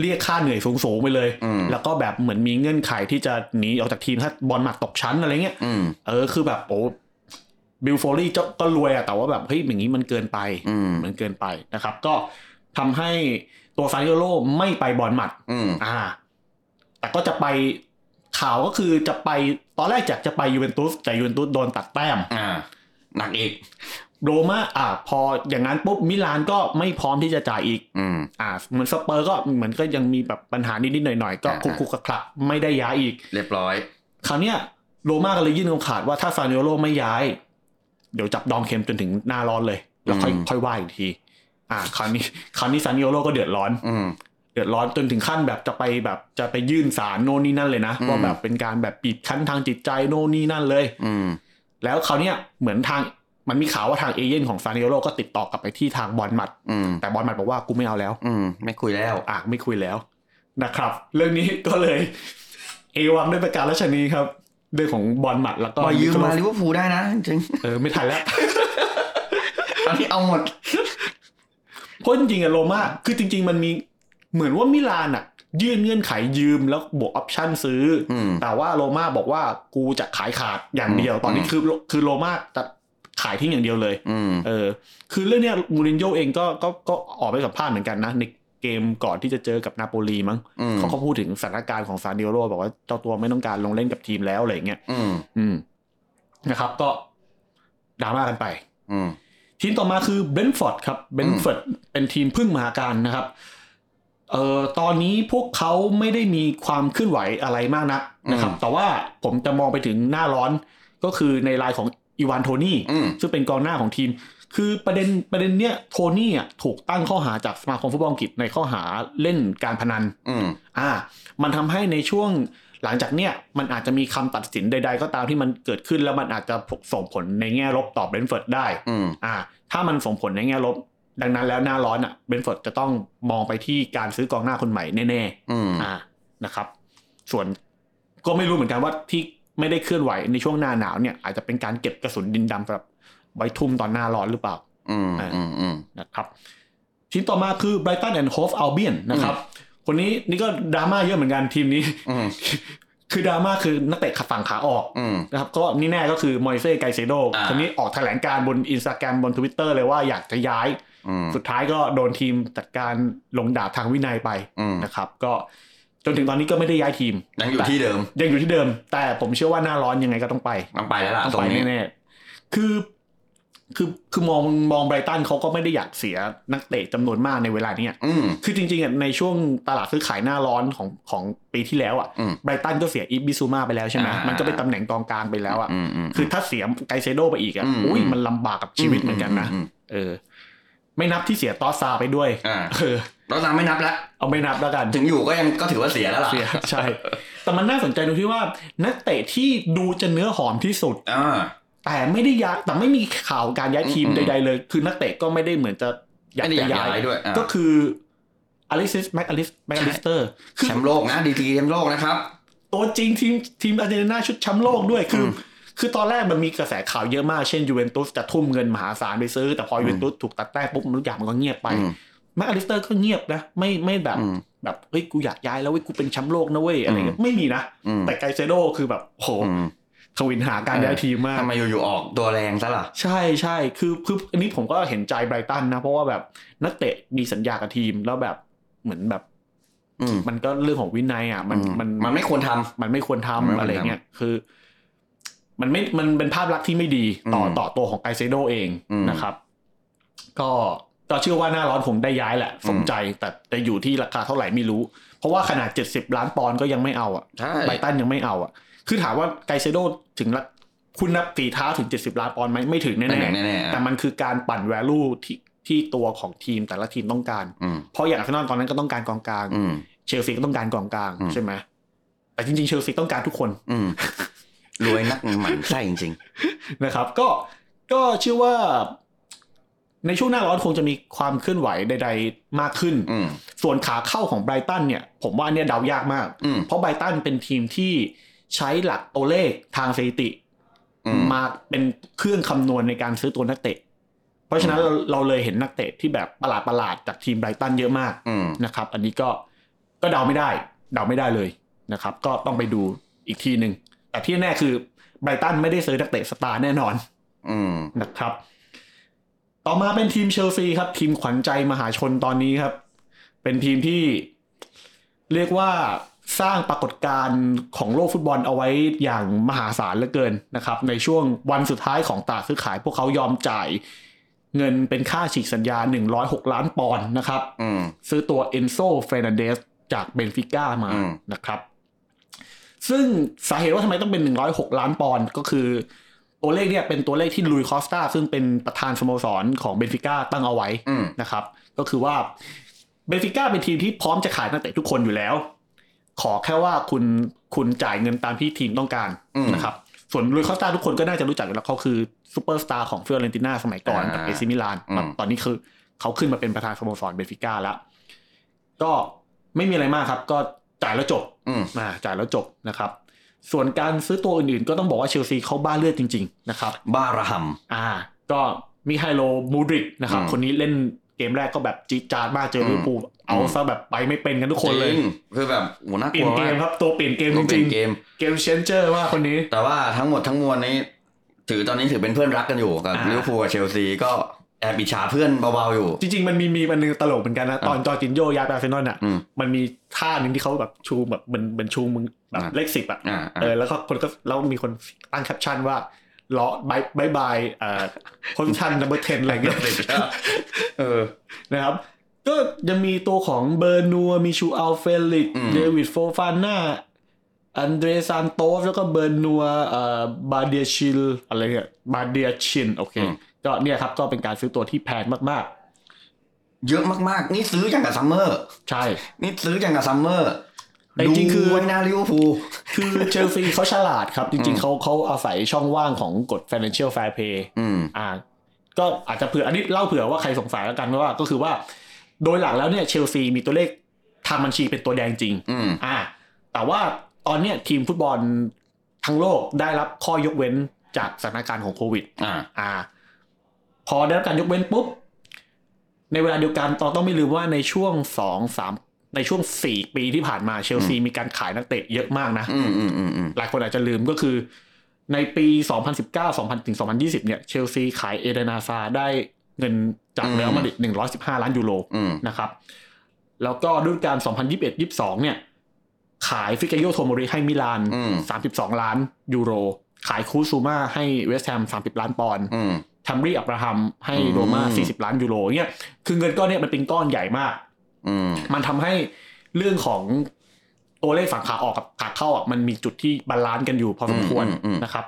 S3: เรียกค่าเหนื่อยสูงๆไปเลย
S2: อืม
S3: แล้วก็แบบเหมือนมีเงื่อนไขที่จะหนีออกจากทีมถ้าบอลหมักตกชั้นอะไรเงี้ย
S2: อืม
S3: เออคือแบบโอ้บิลโฟลี่เจ้าก็รวยอะแต่ว่าแบบเฮ้ยอย่างนี้มันเกินไป
S2: อืม
S3: มันเกินไปนะครับ ก็ทำให้ตัวซานดิโอโลไม่ไปบอลหมัด
S2: อืม
S3: อ่า แต่ก็จะไปข่าวก็คือจะไปตอนแรกจากจะไปยูเวนตุสแต่ยูเวนตุสโดนตัดแต้ม
S2: อ่า หนักอีก
S3: โรมาอ่ะพออย่างนั้นปุ๊บมิลานก็ไม่พร้อมที่จะจ่ายอีก
S2: อืม
S3: อ่าเหมือนสเปอร์ก็เหมือนก็ยังมีแบบปัญหานิดๆหน่อยๆ ก็
S2: อ่า
S3: คุกคุกคลักๆไม่ได้ย้ายอีก
S2: เรียบร้อย
S3: คราวเนี้ยโรม่าก็เลยยื่นคำขาดว่าถ้าซานโยโรไม่ย้าย เดี๋ยวจับดองเข็มจนถึงหน้าร้อนเลย แล้วค่อย
S2: อืม
S3: ค่อยว่าอีกที อ่าคราวนี้คราวนี้ซานโยโรก็เดือดร้อน
S2: อืม
S3: เดือดร้อนจนถึงขั้นแบบจะไปแบบจะไปยื่นศาลโน่นนี่นั่นเลยนะ
S2: อืม
S3: ว่าแบบเป็นการแบบบีบคั้นทางจิตใจโน่นนี่นั่นเลย
S2: อืม
S3: แล้วคราวเนี้ยเหมือนทางมันมีข่าวว่าทางเอเย่นของซานโยโรก็ติดต่อกลับไปที่ทางบอลมัด
S2: อืม
S3: แต่บอลมัดบอกว่ากูไม่เอาแล้ว
S2: อืม ไม่คุยแล้ว
S3: อ่ะไม่คุยแล้วนะครับ เรื่องนี้ก็เลย เอวังด้วยประการราชนีครับเรื่องของบอลหมัดแล้วก็
S2: ปล่อยยืมมาลิเวอร์พูลได้นะจริง
S3: เออไม่ทันแล้ว
S2: ๆตอนนี้เอาหมด
S3: เพราะจริงๆอะโรม่าคือจริง ๆ มันมีเหมือนว่ามิลานอะยื่นเงื่อนไขยืมแล้วบวกออปชั่นซื้ออ
S2: อืม
S3: แต่ว่าโรม่าบอกว่ากูจะขายขาดอย่างเดียว
S2: อืม
S3: ตอนนี้คือคือโรม่าจะขายทิ้งอย่างเดียวเลย
S2: อืม
S3: เออ คือเรื่องเนี้ยมูรินโญ่เองก็ก็ก็ออกไปสัมภาษณ์เหมือนกันนะในเกมก่อนที่จะเจอกับนาโปลีมั้ง
S2: อืม
S3: เขาก็พูดถึงสถานการณ์ของซานดิโอโรบอกว่าเจ้าตัวไม่ต้องการลงเล่นกับทีมแล้วอะไรอย่างเงี้ย
S2: อืม
S3: อืมนะครับ ก็ดราม่ากันไป
S2: อืม
S3: ทีมต่อมาคือเบรนฟอร์ดครับเบรนฟอร์ดเป็นทีมพึ่งมหาการนะครับเอ่อตอนนี้พวกเขาไม่ได้มีความเคลื่อนไหวอะไรมากนักนะครับ
S2: อืม
S3: แต่ว่าผมจะมองไปถึงหน้าร้อนก็คือในรายของอีวานโทนี่
S2: อืม
S3: ซึ่งเป็นกองหน้าของทีม คือประเด็นประเด็นเนี้ยโทนี่อ่ะถูกตั้งข้อหาจากสมาคมฟุตบอลอังกฤษในข้อหาเล่นการพนัน
S2: อืม
S3: อ่า มันทำให้ในช่วงหลังจากเนี้ยมันอาจจะมีคำตัดสินใด ๆ ก็ตามที่มันเกิดขึ้นแล้วมันอาจจะส่งผลในแง่ลบต่อเบรนท์เฟิร์ดได้
S2: อืม
S3: อ่า ถ้ามันส่งผลในแง่ลบ ดังนั้นแล้วหน้าร้อนอ่ะเบรนท์เฟิร์ดจะต้องมองไปที่การซื้อกองหน้าคนใหม่แน่
S2: อืม
S3: ๆอ่านะครับ ส่วนก็ไม่รู้เหมือนกันว่าที่ไม่ได้เคลื่อนไหวในช่วงหน้าหนาวเนี่ยอาจจะเป็นการเก็บกระสุนดินดำแบบไว้ทุ่มตอนหน้าร้อนหรือเปล่า
S2: อืม อืม อืม
S3: นะครับทีมต่อมาคือ Brighton and Hove Albion นะครับ คนนี้นี่ก็ดราม่าเยอะเหมือนกันทีมนี้
S2: อืม
S3: คือดราม่าคือนักเตะขัดฝั่งขาออก
S2: อืม
S3: นะครับก็นี่แน่ก็คือมอยเซ่ไกเซโด
S2: อ่า
S3: คนนี้ออกแถลงการณ์บนอินสตาแกรมบนทวิตเตอร์เลยว่าอยากจะย้าย
S2: อืม
S3: สุดท้ายก็โดนทีมจัดการลงดาบทางวินัยไป
S2: อืม
S3: นะครับ ก็จนถึงตอนนี้ก็ไม่ได้ย้ายทีม
S2: ยังอยู่ที่เดิม
S3: ยังอยู่ที่เดิม แต่ผมเชื่อว่าหน้าร้อนยังไงก็ต้องไป
S2: ต้องไปแล้วล่ะ
S3: ต้อง
S2: ตร
S3: ไป
S2: งนี้
S3: แน่ๆ คือ คือ คือมอง มองไบรตันเขาก็ไม่ได้อยากเสียนักเตะจำนวนมากในเวลาเนี้ย
S2: อืม
S3: คือจริงๆอ่ะในช่วงตลาดซื้อขายหน้าร้อนของของปีที่แล้วอ่ะ
S2: อืม
S3: ไบรตันก็เสียอิบบิซูมาไปแล้วใช่ไหม
S2: อ่ามั
S3: มันก็เป็นตำแหน่งกองกลางไปแล้วอ่ะ
S2: อืมอืม
S3: คือถ้าเสียไกเซโดไปอีกอ่ะ
S2: อืม
S3: อุ้ยมันลำบากกับชีวิตเหมือนกันนะ
S2: ม
S3: เออ ไม่นับที่เสียตอสซาไปด้วย
S2: อ่า
S3: เออ
S2: เราตามไม่นับละ
S3: เอาไม่นับแล้วกัน
S2: ถึงอยู่ก็ยังก็ถือว่าเสียแล้วล่ะ
S3: เสีย ใช่ แต่มันน่าสนใจตรงที่ว่า นักเตะที่ดูจะเนื้อหอมที่สุด
S2: อ่า
S3: แต่ไม่ได้ย้ายแต่ไม่มีข่าวการย้ายทีม
S2: อืม
S3: ใด ๆ เลย คือนักเตะก็ไม่ได้เหมือนจะอยาก
S2: ไม่ได้
S3: จะ
S2: อยาก
S3: ย้าย
S2: ย้ายด้วยอ่า
S3: ก็คืออลิซิสแม็กอลิสแม็กอลิสเตอร์คือ
S2: แชมป์โลกนะดีทีแชมป์โลกนะครับ
S3: ตัวจริงทีมทีมอาร์เจนตินาชุดแชมป์โลกด้วยคืออ
S2: ม
S3: คือตอนแรกมันมีกระแสข่าวเยอะมาก เช่นยูเวนตุสจะทุ่มเงินมหาศาลไปซื้อ แต่พอยูเวนตุสถูกตัดแต้มปุ๊บทุกอย่างมันก็เงียบไป
S2: อืม
S3: แม็กอลิสเตอร์ก็เงียบนะไม่ไม่แบบ
S2: อืม
S3: แบบเฮ้ยกูอยากย้ายแล้วเว้ยกูเป็นแชมป์โลกนะเว้ยอะไรเงี้ยไม่มีนะ
S2: อืม
S3: แต่ไกเซโดคือแบบโห
S2: อืม
S3: ทวินหาการย้ายทีมมาก
S2: ทำไมอยู่ๆออกตัวแรงซะล่ะ
S3: ใช่ใช่คือคืออันนี้ผมก็เห็นใจไบรตันนะ เพราะว่าแบบนักเตะมีสัญญากับทีมแล้วแบบเหมือนแบบ
S2: อืม
S3: มันก็เรื่องของวินัยอ่ะ มัน
S2: อื
S3: มัน
S2: มันไม่ควรทำ
S3: มันไม่ควรทำ
S2: มันไม่ควรทำ
S3: อะไรเงี้ยคือ มันไม่มันเป็นภาพลักษณ์ที่ไม่ดีต่อ
S2: อืม
S3: ต่อตัวของไกเซโดเอง
S2: อืม
S3: นะครับ ก็ก็เชื่อว่าหน้าร้อนคงได้ย้ายแหละสม
S2: อืม
S3: ใจแต่แต่อยู่ที่ราคาเท่าไหร่ไม่รู้ เพราะว่าขนาดเจ็ดสิบล้านปอนด์ก็ยังไม่เอาอ่ะ
S2: ใช่
S3: ไบรตันยังไม่เอาอ่ะ คือถามว่าไกเซโดถึงละคุณนับตีเท้าถึง 70 ล้านปอนด์ไหมไม่ถึง
S2: ไม่
S3: แน่
S2: ถึงแน่ๆอ่ะ
S3: แต่มันคือการปั่นแวลูที่ที่ตัวของทีมแต่ละทีมต้องการ
S2: อืม
S3: เพราะอย่างอาร์เซนอลตอนนั้นก็ต้องการกองกลาง
S2: อืม
S3: เชลซีก็ต้องการกองกลาง
S2: อืม
S3: ใช่ไหม แต่จริงๆเชลซีต้องการทุกคน
S2: อืมรวยนักหมันไส้จริง
S3: นะครับ ก็ก็เชื่อว่าในช่วงหน้าร้อนคงจะมีความเคลื่อนไหวใด ๆ มากขึ้น
S2: ๆ อืม
S3: ส่วนขาเข้าของไบรตันเนี่ย ผมว่าอันเนี่ยเดายากมาก
S2: อืม
S3: เพราะไบรตันเป็นทีมที่ใช้หลักตัวเลขทางสถิติ
S2: อืม
S3: มาเป็นเครื่องคำนวณในการซื้อตัวนักเตะ เพราะฉะนั้นเราเราเลยเห็นนักเตะที่แบบประหลาดประหลาดๆจากทีมไบรตันเยอะมาก
S2: อืม
S3: นะครับ อันนี้ก็ก็เดาไม่ได้ เดาไม่ได้เลยนะครับ ก็ต้องไปดูอีกทีหนึ่งแต่ที่แน่คือไบรตันไม่ได้ซื้อนักเตะสตาร์แน่นอน
S2: อืม
S3: นะครับ ต่อมาเป็นทีมเชลซีครับ ทีมขวัญใจมหาชนตอนนี้ครับ เป็นทีมที่เรียกว่า สร้างปรากฏการณ์ของโลกฟุตบอลเอาไว้อย่างมหาศาลเหลือเกินนะครับ ในช่วงวันสุดท้ายของตลาดซื้อขาย พวกเขายอมจ่ายเงินเป็นค่าฉีกสัญญา 106 ล้านปอนด์นะครับ
S2: อืม
S3: ซื้อตัวเอนโซเฟรนันเดสจากเบนฟิก้ามา
S2: อืม
S3: นะครับ ซึ่งสาเหตุว่าทำไมต้องเป็น 106 ล้านปอนด์ก็คือตัวเลขเนี่ยเป็นตัวเลขที่ลุยคอสตาซึ่งเป็นประธานสโมสรของเบนฟิก้าตั้งเอาไว้
S2: อืม
S3: นะครับ ก็คือว่าเบนฟิก้าเป็นทีมที่พร้อมจะขายนักเตะทุกคนอยู่แล้ว ขอแค่ว่าคุณคุณจ่ายเงินตามที่ทีมต้องการ
S2: อืม
S3: นะครับ ส่วนลุยคอสตาทุกคนก็น่าจะรู้จักอยู่แล้วเขาคือซูเปอร์สตาร์ของเฟอร์เรนติน่าสมัยก่อนกับเอซิมิลาน
S2: อืม
S3: ตอนนี้คือเขาขึ้นมาเป็นประธานสโมสรเบนฟิก้าแล้ว ก็ไม่มีอะไรมากครับ ก็จ่ายแล้วจบ
S2: อืม
S3: อ่าจ่ายแล้วจบนะครับ ส่วนการซื้อตัวอื่นๆ ก็ต้องบอกว่าเชลซีเขาบ้าเลือดจริง ๆ นะครับ
S2: บาระหัม
S3: อ่า ก็มิไฮโลมูดริกนะครับ
S2: อืม
S3: คนนี้เล่นเกมแรกก็แบบจี๊ดจาดมากเจอ
S2: อืม
S3: ลิเวอร์พูลเอา
S2: อืม
S3: ซะแบบไปไม่เป็นกันทุกคนเลย
S2: จริงคือแบบโหน่าก
S3: เป
S2: ลั
S3: ลี่
S2: วย
S3: นเก
S2: มามก
S3: ครับตัวเปลี่ยนเกมจ
S2: ต้องเป็
S3: ริ
S2: น
S3: ง
S2: เกม
S3: ๆเกมเชนเจอร์ว่าคนนี้
S2: แต่ว่าทั้งหมดทั้งมวลนี้ ถือตอนนี้ถือเป็นเพื่อนรักกันอยู่กับ
S3: อ่า
S2: ลิเวอร์พูลกับเชลซีก็แอบอิจฉาเพื่อนเบาๆอยู่
S3: จริงๆ มันมีมีมันนึงตลกเหมือนกันนะ ตอนจอร์จินโยย้ายไปอาร์เซนอลอ่ะ
S2: อืม
S3: มันมีท่าหนึ่งที่เขาแบบชูแบบเหมือนเหมือนชูมึงแบบ
S2: อ่ะ
S3: เลขสิบอ่ะ
S2: อ่า
S3: เออแล้วก็คนก็แล้วมีคนตั้งแคปชั่นว่าล้อบายบายบายเอ่อโพสชั่นนัมเบอร์เทนอะไร
S2: เ
S3: เงี้ย
S2: เออ
S3: นะครับ ก็ยังมีตัวของเบอร์นัวมีชูอัลเฟลิก
S2: อืม
S3: เดวิดโฟฟาน่าอันเดรซานโตสแล้วก็เบอร์นัวเอ่อบาเดียชิลอะไรเงี้ยบาเดียชินโอเค ก็เนี่ยครับก็เป็นการซื้อตัวที่แพงมาก
S2: เยอะมากๆ นี่ซื้ออย่างกับซัมเมอร์
S3: ๆ ใช่
S2: นี่ซื้ออย่างกับซัมเมอร์
S3: แต่จริงๆคือ
S2: ดูไว้หน้าลิเวอร์พูล
S3: คือเชลซีเขาฉลาดครับ จริงๆเขาเขาอาศัยช่องว่างของกฎ financial fair play
S2: อืม
S3: อ่าก็อาจจะเผื่ออันนี้เล่าเผื่อว่าใครสงสัยแล้วกันว่าก็คือว่า โดยหลักแล้วเนี่ยเชลซีมีตัวเลขทางบัญชีเป็นตัวแดงจริง
S2: อืม
S3: อ่า แต่ว่าตอนเนี้ยทีมฟุตบอลทั้งโลกได้รับข้อยกเว้นจากสถานการณ์ของโควิด
S2: อ่า
S3: อ่า พอได้รับการยกเว้นปุ๊บ ในเวลาเดียวกันตอนต้องไม่ลืมว่าในช่วงสองสามในช่วงสี่ปีที่ผ่านมาเชลซีมีการขายนักเตะเยอะมากนะ
S2: อืมอืมอืมอืม
S3: หลายคนอาจจะลืมก็คือในปี 2019 2000ถึง2020 เนี่ยเชลซีขายเอเดนอาซาได้เงินจากเรอัลมาดริด115 ล้านยูโร
S2: อืม
S3: นะครับ แล้วก็ฤดูกาล2021-22 เนี่ย ขายฟิกาโยโทโมริให้มิลาน
S2: อืม
S3: 32 ล้านยูโร ขายคูซูมาให้เวสต์แฮม 30 ล้านปอนด์
S2: อืม
S3: ทัมรีอับราฮัมให้
S2: อืม
S3: โรม่า 40 ล้านยูโรเนี่ยคือเงินก้อนเนี่ยมันเป็นก้อนใหญ่มาก
S2: อืม
S3: มันทำให้เรื่องของตัวเลขฝั่งขาออกกับขาเข้าอ่ะมันมีจุดที่บาลานซ์กันอยู่พอสมควร
S2: อืมอืมอืม
S3: นะครับ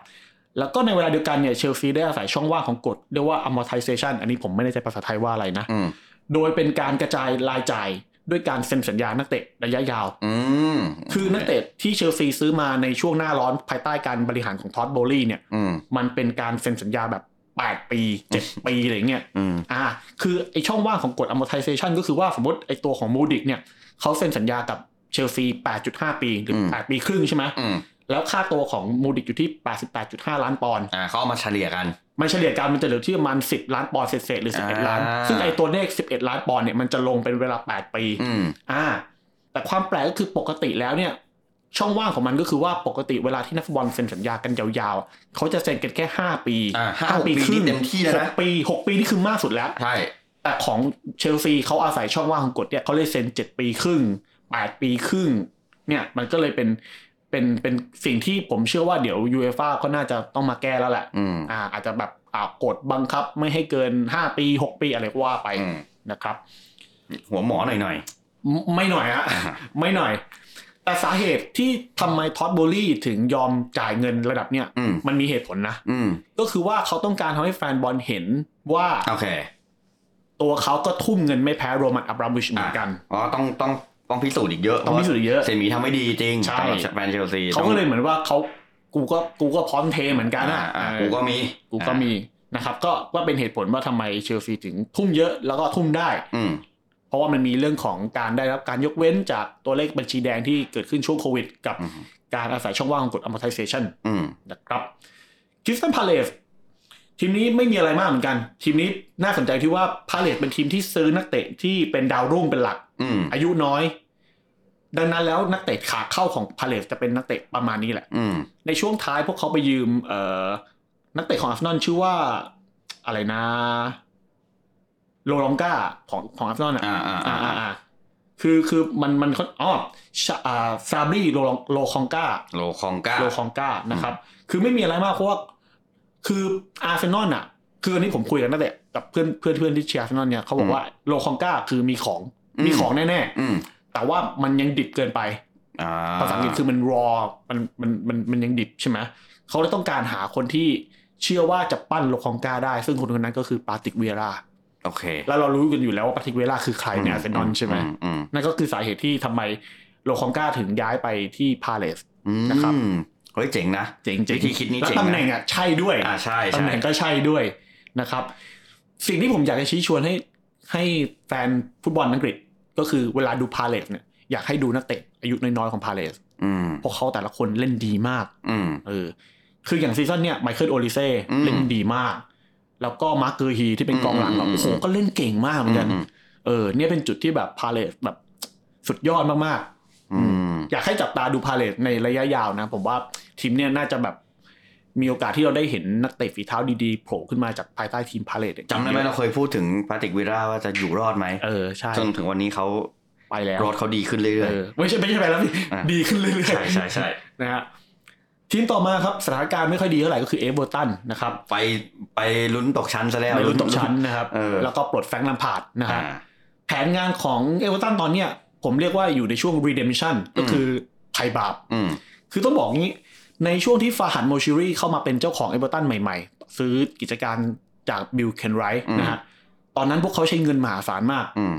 S3: แล้วก็ในเวลาเดียวกันเนี่ยเชลซีได้อาศัยช่องว่างของกฎเรียกว่า amortization อันนี้ผมไม่แน่ใจภาษาไทยว่าอะไรนะ
S2: อืม
S3: โดยเป็นการกระจายรายจ่ายด้วยการเซ็นสัญญานักเตะระยะยาว
S2: อืม
S3: คือนักเตะที่เชลซีซื้อมาในช่วงหน้าร้อนภายใต้การบริหารของท็อตโบลีเนี่ย
S2: อืม
S3: มันเป็นการเซ็นสัญญาแบบ 8 ปี 7 ปีอะไรเงี้ย
S2: อืม
S3: อ่า คือไอช่องว่างของกฎ amortization ก็คือว่าสมมติไอตัวของมูดิกเนี่ยเขาเซ็นสัญญากับเชลซี 8.5 ปี หรือ
S2: อืม
S3: 8 ปีครึ่งใช่ไหม
S2: อืม
S3: แล้วค่าตัวของมูดิกอยู่ที่ 88.5 ล้านปอนด์
S2: อ่าเขาเอามาเฉลี่ยกัน
S3: มันเฉลี่ยการมันจะเหลือที่ประมาณ 10 ล้านปอนด์เศษๆหรือ 11 ล้าน
S2: อ่า
S3: ซึ่งไอตัวเลข 11 ล้านปอนด์เนี่ยมันจะลงเป็นเวลา 8 ปี
S2: อืม
S3: อ่า แต่ความแปลกก็คือปกติแล้วเนี่ย ช่องว่างของมันก็คือว่าปกติเวลาที่นักฟุตบอลเซ็นสัญญากันยาวๆ เขาจะเซ็นกันแค่ห้าปี
S2: อ่า
S3: ห้า
S2: 5ปีนี่เต็มที่แล้วนะ
S3: หกปีหกปีนี่คือมากสุดแล้ว
S2: ใช่
S3: แต่ของเชลซีเขาอาศัยช่องว่างของกฎเนี่ยเขาเลยเซ็นเจ็ดปีครึ่งแปดปีครึ่ง เนี่ยมันก็เลยเป็นเป็นเป็นสิ่งที่ผมเชื่อว่าเดี๋ยวยูเอฟ่าก็น่าจะต้องมาแก้แล้วแหละ
S2: อืม
S3: อ่าอาจจะแบบอ่ากฎบังคับไม่ให้เกินห้าปีหกปีอะไรก็ว่าไป
S2: อืม
S3: นะครับ
S2: หัวหมอหน่อยหน่อย
S3: ไม่ไม่หน่อยฮะ ไม่หน่อย แต่สาเหตุที่ทำไมท็อตโบลี่ถึงยอมจ่ายเงินระดับเนี่ย
S2: ๆอืม
S3: มันมีเหตุผลนะ
S2: อืม
S3: ก็คือว่าเขาต้องการทำให้แฟนบอลเห็นว่า
S2: โอเค
S3: ตัวเขาก็ทุ่มเงินไม่แพ้โรมันอับราโมวิชเหมือนกัน
S2: อ๋อต้องต้องต้องพิสูจน์อีกเยอะ
S3: ต้องพิสูจน์อีกเยอะ
S2: เซมีทำไม่ดีจริง
S3: ใช่
S2: สำหรับแฟนเชลซี
S3: เขาก็เลยเหมือนว่าเขากูก็กูก็พร้อมเทเหมือนกัน
S2: อ่า
S3: อ่ะ
S2: อ่า
S3: เออ
S2: กูก็มี
S3: กูก็มีนะครับก็ว่าเป็นเหตุผลว่าทำไมเชลซีถึงทุ่มเยอะแล้วก็ทุ่มได้
S2: อืม
S3: เพราะว่ามันมีเรื่องของการได้รับการยกเว้นจากตัวเลขบัญชีแดงที่เกิดขึ้นช่วงโควิด กับ
S2: อืม
S3: การอาศัยช่องว่างของกฎ amortization
S2: อืม
S3: นะครับคริสตันพาเลสทีมนี้ไม่มีอะไรมากเหมือนกัน ทีมนี้น่าสนใจที่ว่าพาเลสเป็นทีมที่ซื้อนักเตะที่เป็นดาวรุ่งเป็นหลัก
S2: อืม
S3: อายุน้อย ดังนั้นแล้วนักเตะขาเข้าของพาเลสจะเป็นนักเตะประมาณนี้แหละ
S2: อืม
S3: ในช่วงท้ายพวกเขาไปยืมเอ่อนักเตะของอาร์เซนอลชื่อว่าอะไรนะ โลลองกาของของอาร์เซนอลอ่ะ
S2: อ่าอ่า
S3: อ่า
S2: อ่า
S3: อ่าอ่า คือคือมันมันเขาอ๋อชะอ่าฟาบรีโลโลคองกา
S2: โลคองก้า
S3: โลคองกานะครับ คือไม่มีอะไรมากเพราะว่า คืออาร์เซนอลอ่ะ คืออันนี้ผมคุยกันตั้งแต่กับเพื่อนเพื่อนเพื่อนที่เชียร์อาร์เซนอลเนี่ยเขาบอกว่าโลคองกาคือมีของ
S2: อืม
S3: มีของแน่
S2: อืม
S3: ๆ แต่ว่ามันยังดิบเกินไป
S2: อ่า
S3: ภาษาอังกฤษคือมัน raw มันมันมันมันยังดิบใช่ไหมเขาเลยต้องการหาคนที่เชื่อว่าจะปั้นโลคองกาได้ ซึ่งคนคนนั้นก็คือปาติกเวียรา
S2: โอเค
S3: แล้วเรารู้กันอยู่แล้วว่าปาติกเวียราคือใครในอาร์เซนอลใช่ไหม
S2: อืม
S3: นั่นก็คือสาเหตุที่ทำไมโลคองกาถึงย้ายไปที่พาเลส
S2: อืม
S3: นะครับ
S2: เฮ้ยเจ๋งนะ
S3: เจ๋งๆ
S2: วิธีคิดนี้
S3: แล้ว
S2: เจ๋ง
S3: ตำแหน่ง
S2: นะ
S3: อ่ะใช่ด้วย
S2: อ่าใช่
S3: ตำ
S2: ใช่
S3: แหน่งก็ใช่ด้วยนะครับ สิ่งที่ผมอยากจะชี้ชวนให้ให้แฟนฟุตบอลอังกฤษ ก็คือเวลาดูพาเลสเนี่ยอยากให้ดูนักเตะอายุน้อยๆของพาเลส
S2: อืม
S3: เพราะเขาแต่ละคนเล่นดีมาก
S2: อืม
S3: เออคืออย่างซีซั่นเนี่ยไมเคิลโอลิเซ่
S2: อืม
S3: เล่นดีมาก แล้วก็มาร์คเกอร์ฮีที่เป็นกองหลังอะ
S2: อืม
S3: โอ้โหก็เล่นเก่งมากเหมือนกัน
S2: อืม
S3: เออเนี่ยเป็นจุดที่แบบพาเลสแบบสุดยอดมากๆ
S2: อืม
S3: อยากให้จับตาดูพาเลตในระยะยาวนะ ผมว่าทีมเนี่ยน่าจะแบบมีโอกาสที่เราได้เห็นนักเตะฝีเท้าดีๆโผล่ขึ้นมาจากภายใต้ทีมพาเลต
S2: จำได้ไหมเราเคยพูดถึงปาติกวิราว่าจะอยู่รอดไหม
S3: เออใช่
S2: จนถึงวันนี้เขา
S3: ไปแล้ว
S2: รอดเขาดีขึ้นเรื่
S3: เอ
S2: อย
S3: อไม่ใช่ไม่ใช่ไปแล้วพี่
S2: อ่ะ
S3: ดีขึ้นเรื่อย
S2: ๆใช่ใช่ใช่
S3: ๆนะฮะทีมต่อมาครับสถานการณ์ไม่ค่อยดีเท่าไหร่ก็คือเอเวอร์ตันนะครับ
S2: ไปไปลุ้นตกชั้นซะแล้ว
S3: ในรุ่นตกชั้นนะครับ
S2: เออ
S3: แล้วก็ปลดแฟรงค์ลัมพาร์ดนะ
S2: อ่า
S3: ฮะแผนงานของเอเวอร์ตันตอนเนี้ยผมเรียกว่าอยู่ในช่วง redemption ก็คือไถ่บาป
S2: อืม
S3: คือต้องบอกงี้ ในช่วงที่ฟาหันโมชิรีเข้ามาเป็นเจ้าของเอเ r อร์ตันใหม่ๆ ซื้อกิจการจากบิลเคนไรท์
S2: อืม
S3: นะฮะ ตอนนั้นพวกเขาใช้เงินมหาศาลมาก
S2: อืม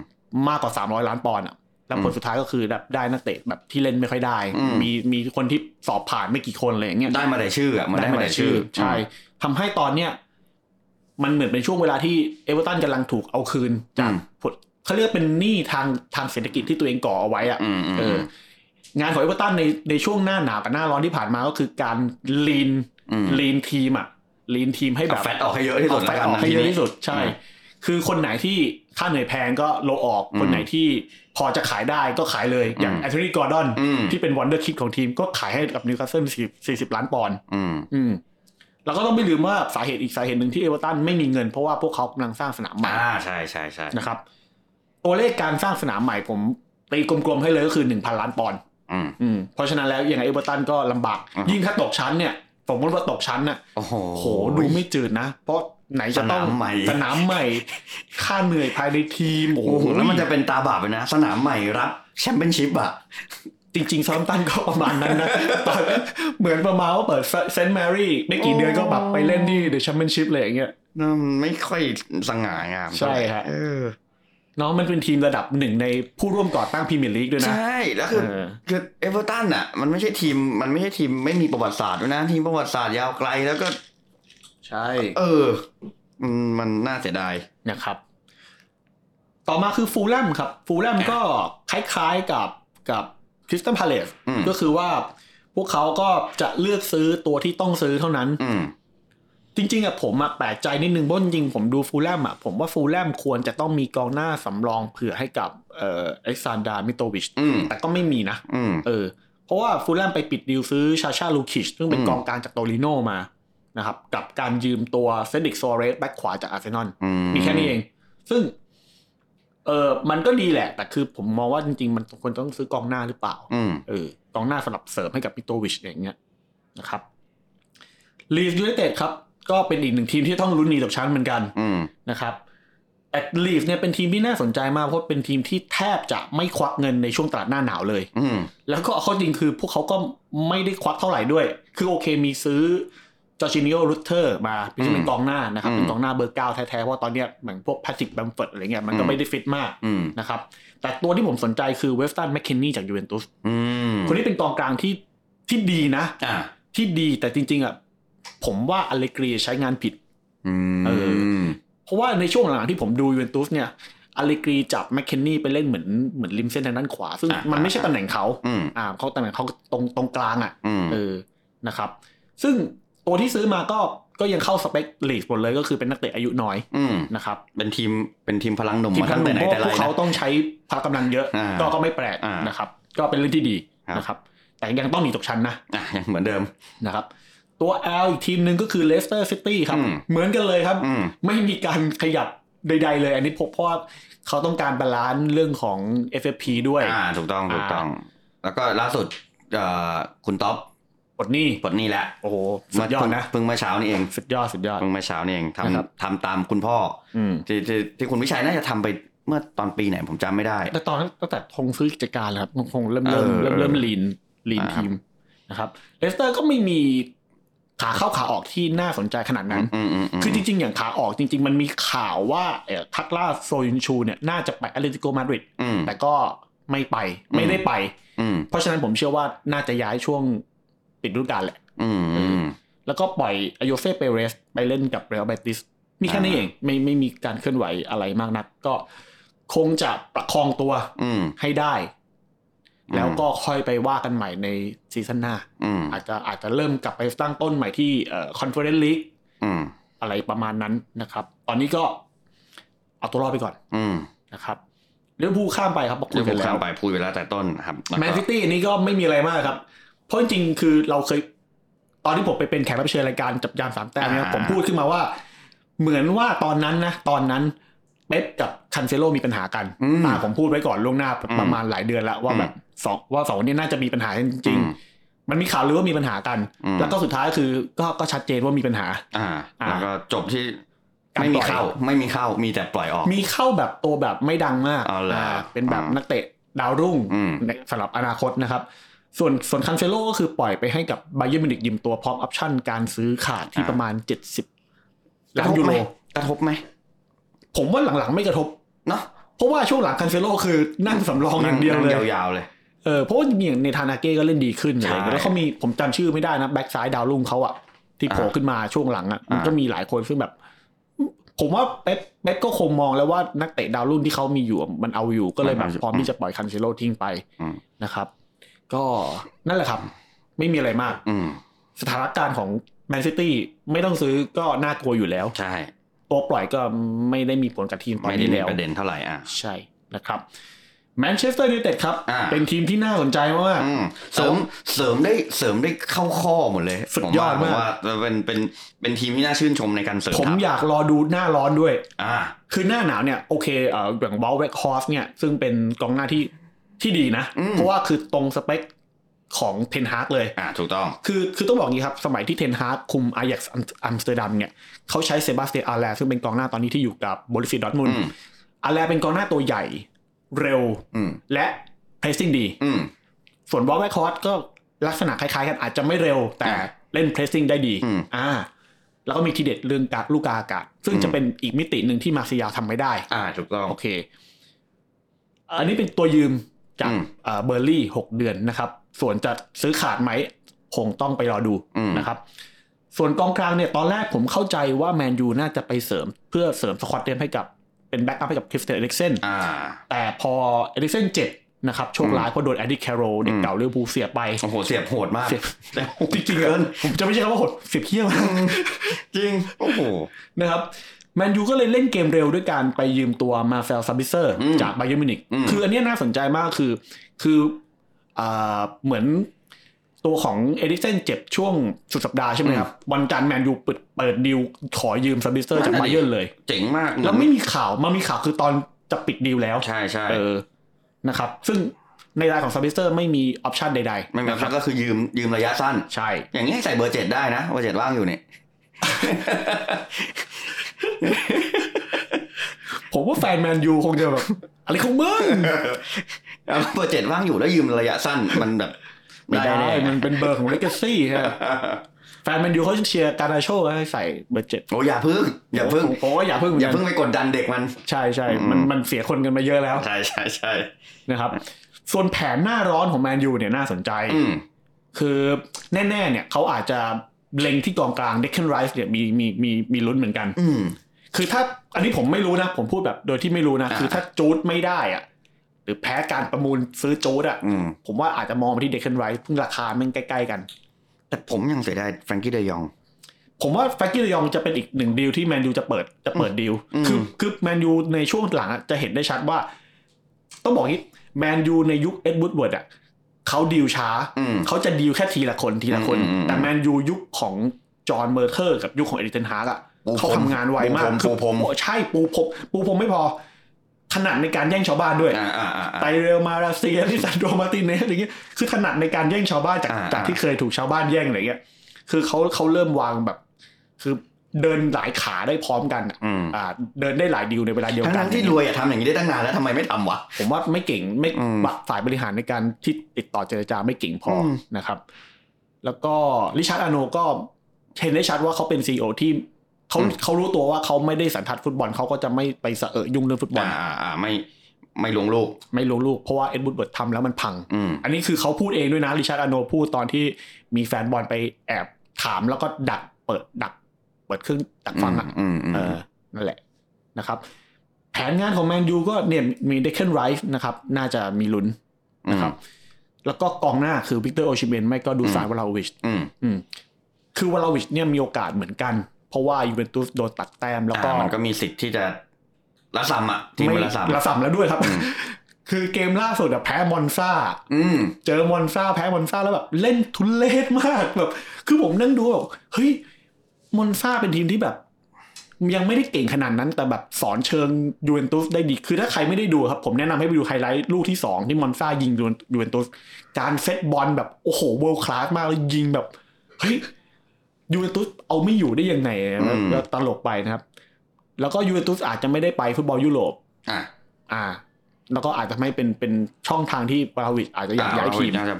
S3: มากกว่า 300 ล้านปอนด์อะแล้วผลสุดท้ายก็คือแบบได้นักเตะแบบที่เล่นไม่ค่อยได้
S2: อืม
S3: มีมีคนที่สอบผ่านไม่กี่คนอะไรอย่างเงี้ย
S2: ได้มาแต่ชื่ออ่ะมันได้มาแต่ชื่อ
S3: ใช่ทำให้ตอนเนี้ยมันเหมือนเป็นช่วงเวลาที่เอเวอร์ตันกำลังถูกเอาคืนจากผลเขาเรียกเป็นหนี้ทางทางเศรษฐกิจที่ตัวเองก่อเอาไว้อะ
S2: อืมอืม
S3: เออ งานของเอเวอร์ตันในในช่วงหน้าหนาวกับหน้าร้อนที่ผ่านมาก็คือการลีน
S2: อืม
S3: ลีนทีมอะลีนทีมให้แบ
S2: เอา
S3: บ
S2: แฟตออกให้เยอะที่สุด
S3: เอาแฟ
S2: แล้ว
S3: ต
S2: กั
S3: อนอก
S2: นะ
S3: ให้เยอะ
S2: ที
S3: ที่
S2: นี้
S3: สุดใช่
S2: อืม
S3: คือคนไหนที่ค่าเหนื่อยแพงก็โลออก
S2: อืม
S3: คนไหนที่พอจะขายได้ก็ขายเลยอย่าง
S2: อืม
S3: แอนโทนีกอร์ดอน
S2: อืม
S3: ที่เป็นวันเดอร์คิดของทีมก็ขายให้กับนิวคาสเซิลสี่สิบล้านปอนด์
S2: อืม
S3: อืมแล้วก็ต้องไม่ลืมว่าสาเหตุอีกสาเหตุหนึ่งที่เอเวอร์ตันไม่มีเงินเพราะว่าพวกเขากำลังสร้างสนามใหม่
S2: อ่าใช่ใช่ใช่
S3: นะครับตัวเลขการสร้างสนามใหม่ผมตีกลมๆให้เลยก็คือหนึ่งพันล้านปอนด์
S2: อืม
S3: อืมเพราะฉะนั้นแล้วยังไงเอเวอร์ตันก็ลำบาก
S2: อืม
S3: ยิ่งถ้าตกชั้นเนี่ยสมมติว่าตกชั้นน่ะ
S2: โอ้โห
S3: โอ้โหดูไม่จืดนะ เพราะไหนจะต้อง
S2: สนามใหม่
S3: สนามใหม่ ค่าเหนื่อยภายในทีมโอ้
S2: โอ้โห
S3: โห
S2: แล้วมันจะเป็นตาบาปเลยนะ สนามใหม่รับแชมเปี้ยนชิพอ่ะ
S3: จริงๆซ้อมตันก็ประมาณนั้นนะ ตอนเหมือนประมาณว่าเปิดเซนต์แมรี่ไม่กี่เดือนก็แบบไปเล่นที่เดอะแชมเปี้ยนชิพเลยอย่างเงี้ย
S2: นั่นไม่ค่อยสง่างาม
S3: ใช่ฮะ
S2: เออ
S3: เนาะมันเป็นทีมระดับหนึ่งในผู้ร่วมก่อตั้งพรีเมียร์ลีกด้วยนะ
S2: ใช่แล้วคือ
S3: เออ
S2: คือเอเวอร์ตันอ่ะ มันไม่ใช่ทีมมันไม่ใช่ทีมไม่มีประวัติศาสตร์ด้วยนะ ทีมประวัติศาสตร์ยาวไกลแล้วก็
S3: ใช่
S2: เออ มันมันน่าเสียดาย
S3: นะครับ ต่อมาคือฟูลแลมครับ ฟูลแลมก็คล้ายๆกับกับคริสตัลพาเลส
S2: อืม
S3: ก็คือว่าพวกเขาก็จะเลือกซื้อตัวที่ต้องซื้อเท่านั้น
S2: อืม
S3: จริง ๆอะผมอะแปลกใจนิดนึงเพราะจริงๆผมดูฟูลแลมอะผมว่าฟูลแลมควรจะต้องมีกองหน้าสำรองเผื่อให้กับเอ่อเอ็กซานดามิโตวิช
S2: อืม
S3: แต่ก็ไม่มีนะ
S2: อืม
S3: เออเพราะว่าฟูลแลมไปปิดดีลซื้อชาชาลูคิชซึ่งเป็น
S2: อืม
S3: กองกลางจากโตลิโนมานะครับกับการยืมตัวเซดริกโซเรสแบ็คขวาจากอาร์เซนอล
S2: อื
S3: มีแค่นี้เอง ซึ่งเออมันก็ดีแหละ แต่คือผมมองว่าจริงๆ มันควรต้องซื้อกองหน้าหรือเปล่า
S2: อืม
S3: เออกองหน้าสำหรับเสริมให้กับมิโตวิชอย่างเงี้ยนะครับลีสยูไนเต็ดครับ ก็เป็นอีกหนึ่งทีมที่ต้องลุ้นหนีตกชั้นเหมือนกัน
S2: อืม
S3: นะครับแต่ลีฟเนี่ยเป็นทีมที่น่าสนใจมากเพราะเป็นทีมที่แทบจะไม่ควักเงินในช่วงตลาดหน้าหนาวเลย
S2: อืม
S3: แล้วก็เอาเข้อจริงคือพวกเขาก็ไม่ได้ควักเท่าไหร่ด้วย คือโอเคมีซื้อจอร์จิเนโอรูเทอร์มาซึ่งเป็นกองหน้านะครับ
S2: อืม
S3: เป็นกองหน้าเบอร์เก้าแท้ๆ เพราะว่าตอนเนี้ยเหมือนพวกแพทริกแบมเฟิร์ดอะไรเงี้ยมันก็
S2: อืม
S3: ไม่ได้ฟิตมาก
S2: อืม
S3: นะครับ แต่ตัวที่ผมสนใจคือเวสตันแมคเคนนี่จากยูเวนตุส
S2: อืม
S3: คนนี้เป็นกองกลางที่ที่ดีนะ
S2: อ่ะ
S3: ที่ดีแต่จริงๆอ่ะผมว่าอเลกรีใช้งานผิด
S2: อืม
S3: เอ เพราะว่าในช่วงหลังๆที่ผมดูยูเวนตุสเนี่ยอเลกรีจับแมคเคนนี่ไปเล่นเหมือนเหมือนริมเส้นทางด้านขวา ซึ่งมันไม่ใช่ตำแหน่งเขา
S2: อืม
S3: อ่าเขาตำแหน่งเขาตรงตรงกลางอ่ะ
S2: อืม
S3: เออ นะครับ ซึ่งตัวที่ซื้อมาก็ ก็ยังเข้าสเปคลีกหมดเลยก็คือเป็นนักเตะอายุน้อย
S2: อืม
S3: นะครับ
S2: เป็นทีมเป็นทีมพลังหนุ่ม
S3: ทีม
S2: มา
S3: พั
S2: ตั้
S3: น
S2: งแต่
S3: ห
S2: ไหน
S3: นุ่มพวก
S2: แต่ไร
S3: พวกเขา
S2: นะ
S3: ต้องใช้พละกำลังเยอะ
S2: อ่า
S3: ก็ก็ไม่แปลก
S2: อ่าน
S3: นะครับ ก็เป็นเรื่องที่ดี
S2: ครับ
S3: นะครับ แต่ยังต้องหนีตกชั้นนะ
S2: อ่ะยังเหมือนเดิม
S3: นะครับ ตัว L อีกทีมหนึ่งก็คือเลสเตอร์ซิตี้ครับ
S2: อืม
S3: เหมือนกันเลยครับ
S2: อืม
S3: ไม่มีการขยับ ใดๆเลย อันนี้พบเพราะว่าเขาต้องการบาลานซ์เรื่องของ FFP ด้วย
S2: อ่าถูกต้องถูกต้อง แล้วก็ล่าสุดเอ่อคุณท็อป
S3: กดหนี่
S2: ปลดหนี้แล้ว
S3: โอ้โห สุดยอดนะ
S2: เพิ่งเมื่อเช้านี่เอง
S3: สุดยอดสุดยอด
S2: เพิ่งเมื่อเช้านี่เองท
S3: นะครับ
S2: ำทำตามคุณพ่อ
S3: อืม
S2: ที่ที่ที่คุณวิชัยน่าจะทำไปเมื่อตอนปีไหนผมจำไม่ได้
S3: แต่ตอนนั้นตั้งแต่ทงซื้อกิจการแล้วครับทงเริ่มเริ่ม
S2: เออ
S3: เริ่มเริ่มลีนลีน
S2: อ่า
S3: ทีมนะครับเลสเตอร์ก็ไม่มีขาเข้าขาออกที่น่าสนใจขนาดนั้น
S2: อืมอืมม
S3: คือจริง ๆ อย่างขาออกจริง ๆ มันมีข่าวว่าเอ่อทักล่าโซยุนชูเนี่ยน่าจะไปแอตเลติโกมาดริด
S2: อืม
S3: แต่ก็ไม่ไปไม่ได้ไป
S2: อืม
S3: เพราะฉะนั้นผมเชื่อว่าน่าจะย้ายช่วงปิดฤดูกาลแหละ
S2: อืมอืม
S3: แล้วก็ปล่อยอโยเซ่เปเรสไปเล่นกับเรอัลเบติสมีแค่นี้
S2: อ่า
S3: เองไม่ไม่มีการเคลื่อนไหวอะไรมากนัก ก็คงจะประคองตัว
S2: อืม
S3: ให้ได้
S2: อืม
S3: แล้วก็ค่อยไปว่ากันใหม่ในซีซั่นหน้า
S2: อืม
S3: อาจจะอาจจะเริ่มกลับไปตั้งต้นใหม่ที่คอนเฟอเรนซ์ลีก
S2: อืม
S3: อะไรประมาณนั้นนะครับ ตอนนี้ก็เอาตัวรอดไปก่อน
S2: อืม
S3: นะครับเรื่องผู้ข้ามไปครับบอกคุ
S2: เรื่อย งผ
S3: กัน
S2: ม
S3: แล้
S2: ข้าว มไปพูดไปแล้วแต่ต้นนะครับล้วก็
S3: แมนซิตี้นี่ก็ไม่มีอะไรมากครับ เพราะจริงๆ คือเราเคย ตอนที่ผมไปเป็นแขกรับเชิญรายการจับยามสามแต้มเนี่ยผมพูดขึ้นมาว่า เหมือนว่าตอนนั้นนะ ตอนนั้นเป๊ปกับคันเซโลมีปัญหากัน
S2: อืม
S3: อ่าผมพูดไว้ก่อนล่วงหน้าประมาณหลายเดือนแล้วว่า
S2: อืม
S3: แบบสองว่าสองคนนี้น่าจะมีปัญหากันจริง
S2: อืม
S3: ๆมันมีข่าวลือว่ามีปัญหากัน
S2: อืม
S3: แล้วก็สุดท้ายคือก็ก็ชัดเจนว่ามีปัญหา
S2: อ่า
S3: อ่า
S2: แล้วก็จบที่
S3: การ
S2: ไม่มี
S3: ปล่อย
S2: เข้า ไม่มีเข้ามีแต่ปล่อยออก
S3: มีเข้าแบบตัวแบบไม่ดังมาก
S2: เอาล่ะ
S3: าเป็นแบบ
S2: อ่านั
S3: นักเตะดาวรุ่ง
S2: อืม
S3: ในสำหรับอนาคตนะครับ ส่วนส่วนคันเซโลก็คือปล่อยไปให้กับไบเยอร์มิวนิกยืมตัวพร้อมออปชั่นการซื้อขาดที่ประมาณ 70 ล้านยูโร
S2: กระทบไหม
S3: ผมว่าหลังๆไม่กระทบ
S2: เนาะ
S3: เพราะว่าช่วงหลังคันเซโลคือนั่งสำรองอย่างเดียวเลย
S2: นั่ยาวๆเลย
S3: เออเพราะว่าอย่างในทานาเก้ก็เล่นดีขึ้นอะไร
S2: ใช่
S3: เงี้ยแล้วเขามีผมจำชื่อไม่ได้นะแบ็กซ้ายดาวรุ่งเขาอะที่โผล่
S2: อ่า
S3: ขึ้นมาช่วงหลังอะมัน
S2: อ่า
S3: ก็มีหลายคนซึ่งแบบ ผมว่าเป๊ปเป๊ปก็คงมองแล้วว่านักเตะดาวรุ่นที่เขามีอยู่อะมันเอาอยู่ก็เลยแบบพร้อมที่จะปล่อยคันเซโลทิ้งไป
S2: อืม
S3: นะครับ ก็นั่นแหละครับ ไม่มีอะไรมาก
S2: อืม
S3: สถานการณ์ของแมนซิตี้ไม่ต้องซื้อก็น่ากลัวอยู่แล้ว
S2: ใช่
S3: ตัวปล่อยก็ไม่ได้มีผลกับทีมตอน
S2: ไม่ได้
S3: นี้
S2: มี
S3: แล้ว
S2: ประเด็นเท่าไหร่อ่ะ
S3: ใช่นะครับแมนเชสเตอร์ยูไนเต็ดครับ
S2: อ่า
S3: เป็นทีมที่น่าสนใจมาก
S2: อืมเสริมเสริมได้เสริมได้เข้าข้อหมดเลย
S3: สุดยอ
S2: ผม
S3: ดาก
S2: ว่าผมว่าเป็นเป็นเป็นทีมที่น่าชื่นชมในการเสริม
S3: ผม
S2: ทัพ
S3: อยากรอดูหน้าร้อนด้วย
S2: อ่า
S3: คือหน้าหนาวเนี่ยโอเคเอ่ออย่างบอลเวกฮอสเนี่ย ซึ่งเป็นกองหน้าที่ที่ดีนะ
S2: อืม
S3: เพราะว่าคือตรงสเปคของเทนฮากเลย
S2: อ่าถูกต้อง
S3: คือคือต้องบอกอย่างนี้ครับ สมัยที่เทนฮากคุมอา a ยักอัมสเตอร์ดัมเนี่ยเขาใช้เซบาสเตียนอาแลซึ่งเป็นกองหน้าตอนนี้ที่อยู่กับบริฟิดดอทมุน
S2: อืม
S3: อาแลเป็นกองหน้าตัวใหญ่ เร็ว
S2: อืม
S3: และเพรสซิ่งดี
S2: อืม
S3: ส่วนบอลเวกฮอสก็ลักษณะคล้ายๆกันอาจจะไม่เร็วแต่
S2: อ่า
S3: เล่นเพรสซิ่งได้ดี
S2: อืม
S3: อ่า แล้วก็มีทีเด็ดเรื่องการลูกกาอากาศ ซึ่งจะเป็นอีกมิติหนึ่งที่มาร์เซียาทำไม่ได้
S2: อ่าถูกต้อง
S3: โอเค อันนี้เป็นตัวยืมจาก
S2: อืม
S3: เอ่อเบอร์ลี่หกเดือนนะครับ ส่วนจะซื้อขาดไหมคงต้องไปรอดู
S2: อืม
S3: นะครับ ส่วนกองกลางเนี่ยตอนแรกผมเข้าใจว่าแมนยูน่าจะไปเสริมเพื่อเสริมสควอตเดมให้กับเป็นแบ็กอัพให้กับคริสเตียนเอริกเซน
S2: อ่า
S3: แต่พอเอริกเซนเจ็บนะครับโชคร้ายเพราะโดนแอดดิแคโรเด็กเก่าลิเรือร์พูลเสียไป
S2: โอ้โหเสียบโหดมาก
S3: เสียบ
S2: แต่โห
S3: จริงๆอะ
S2: เกิน
S3: ผมจะไม่ใช่คำว่าหดเสียบเขี้ยวนะ
S2: จริงโอ้โห
S3: นะครับแมนยูก็เลยเล่นเกมเร็วด้วยการไปยืมตัวมาเฟลซับบิเซอร์
S2: อืม
S3: จากไบเยอร์มิวนิก
S2: อืม
S3: คืออันเนี้ยน่าสนใจมากคือ คืออ่าเหมือนตัวของเอริกเซนเจ็บช่วงสุดสัปดาห์ใช่ไหมครับ วันจันทร์แมนยูเปิดเปิดดิวขอยืมซับบิเซอร์จากไบเยอร์เลย
S2: เจ๋งมาก
S3: แล้วไม่มีข่าวมามีข่าวคือตอนจะปิดดิวแล้ว
S2: ใช่ใช่
S3: เออนะครับ ซึ่งในรายของซับบิเซอร์ไม่มีออปชันใดๆ
S2: ไม่มี
S3: นะ
S2: ครับก็คือยืมยืมระยะสั้น
S3: ใช่
S2: อย่างนี้ให้ใส่เบอร์เจ็ดได้นะเบอร์เจ็ดว่างอยู่เนี่ย
S3: ผมว่าแฟนแมนยูคงจะแบบ อะไรของมึง
S2: เอาเบอร์เจ็ดว่างอยู่แล้วยืมระยะสั้นมันแบบ
S3: ไม่ได้
S2: แ
S3: มันเป็นเบอร์ของเลกาซี่ฮะ แฟนแมนยูเขาจะเชียร์การนาโชให้ใส่เบอร์เจ็ด
S2: โอ้อย่าพึ่งอย่าพึ่ง
S3: ผมผมก็อย่าเพิ่งเหมือ
S2: อน ย่า
S3: กัน
S2: พึ่งไปกดดันเด็กมัน
S3: ใช่ใช่
S2: อืม
S3: มันมันเสียคนกันมาเยอะแล้ว
S2: ใช่ใช่ใช่
S3: นะครับ ส่วนแผนหน้าร้อนของแมนยูเนี่ยน่าสนใจ
S2: อืม
S3: คือแน่ ๆ เนี่ยเขาอาจจะเล็งที่กองกลางเด็กเคนไรส์เนี่ยมีมีมีมีลุ้นเหมือนกัน
S2: อืม
S3: คือถ้าอันนี้ผมไม่รู้นะ ผมพูดแบบโดยที่ไม่รู้นะ
S2: อ่า
S3: คือถ้าจูดไม่ได้อะหรือแพ้การประมูลซื้อจูดอะ
S2: อืม
S3: ผมว่าอาจจะมองไปที่เด็กเคนไรส์เพิ่งราคาแมันใกล้ๆกัน
S2: แต่ผมยังเสียดายแฟรงกี้เดยอง
S3: ผมว่าแฟกกี้เดยองจะเป็นอีกหนึ่งดีลที่แมนยูจะเปิดจะเปิดดีล
S2: อืม
S3: คือคือแมนยูในช่วงหลังอะจะเห็นได้ชัดว่า ต้องบอกงี้แมนยูในยุคเอ็ดวูดเวิร์ดอ่ะเขาดีลช้า
S2: อืม
S3: เขาจะดีลแค่ทีละคนทีละคน
S2: อืมอืมอืม
S3: แต่แมนยูยุคของจอห์นเมอร์เทอร์กับยุคของเอริกเทนฮาร์กอ่ะ
S2: ปูพรม
S3: เขาทำงานไวมาก
S2: ปูพรมปูพรม
S3: โอ้ใช่ปูพรมปูพรมไม่พอ ถนัดในการแย่งชาวบ้านด้วย
S2: อ่าอ่าอ่า
S3: ไตเรลมาราเซียที่ซันโดมาร์ตินเนสอย่างเงี้ยคือถนัดในการแย่งชาวบ้านจาก
S2: อ่า
S3: จากที่เคยถูกชาวบ้านแย่งอะไรเงี้ย คือเขาเขาเริ่มวางแบบ คือเดินหลายขาได้พร้อมกันอะ
S2: อืม
S3: อ่า เดินได้หลายดิวในเวลาเดียว
S2: ทั้ง
S3: กั
S2: ทั้งๆที่รวยอะทำอย่างนี้ได้ตั้งนานแล้วทำไมไม่ทำวะ
S3: ผมว่าไม่เก่งไม่
S2: อืม
S3: ฝ่ายบริหารในการที่ติดต่อเจรจาไม่เก่งพออ
S2: ม
S3: นะครับ แล้วก็ริชาร์ดอาร์โนก็เห็นได้ชัดว่าเขาเป็นซีอที่เขาเขารู้ตัวว่าเขาไม่ได้สันทัดฟุตบอลเขาก็จะไม่ไปสะเอะยุ่งเรื่องฟุตบอล
S2: อ่าอ่าอ่าไม่ไม่ลงลูก
S3: ไม่ลงลูกเพราะว่าเอ็ดวูดเบิร์ดทำแล้วมันพัง
S2: อืม
S3: อันนี้คือเขาพูดเองด้วยนะริชาร์ดอาร์โนพูดตอนที่มีแฟนบอลไปแอบถามแล้วก็ดักเปิดดัก เปิดเครื่องดักฟังอ่ะ
S2: อืมอืม
S3: เออนั่นแหละนะครับ แผนงานของแมนยูก็เนี่ยมีเดคเคนไรส์นะครับ น่าจะมีลุ้นนะครับ แล้วก็กองหน้าคือวิกเตอร์โอชิเมนไม่ก็ดูซานวลาวิช
S2: อืม
S3: อืมคือวลาวิชเนี่ยมีโอกาสเหมือนกัน เพราะว่ายูเวนตุสโดนตัดแต้มแล้วก็
S2: อ่ามันก็มีสิทธิ์ที่จะละซ้ำอ่ะทีม
S3: ไม่
S2: มันละซ้ำ
S3: ละสัมแล้วด้วยครับ คือเกมล่าสุดอะแพ้มอนซา
S2: อืม
S3: เจอมอนซาแพ้มอนซาแล้วแบบเล่นทุเลศมากแบบ คือผมนั่งดูแบบเฮ้ยมอนซาเป็นทีมที่แบบ ยังไม่ได้เก่งขนาดนั้น แต่แบบสอนเชิงยูเวนตุสได้ดี คือถ้าใครไม่ได้ดูครับ ผมแนะนำให้ไปดูไฮไลท์ลูกที่สองที่มอนซายิงยูเวนตุสการเซตบอลแบบโอ้โหเวิลคลาสมากแล้วยิงแบบเฮ้ยยูเวนตุสเอาไม่อยู่ได้ยังไง
S2: อืม
S3: แล้วตลกไปนะครับ แล้วก็ยูเวนตุสอาจจะไม่ได้ไปฟุตบอลยุโรป
S2: อ่ะ
S3: อ่า แล้วก็อาจจะไม่เป็นเป็นช่องทางที่ปราวิชอาจจะอยากย้ายทีม
S2: น่จะ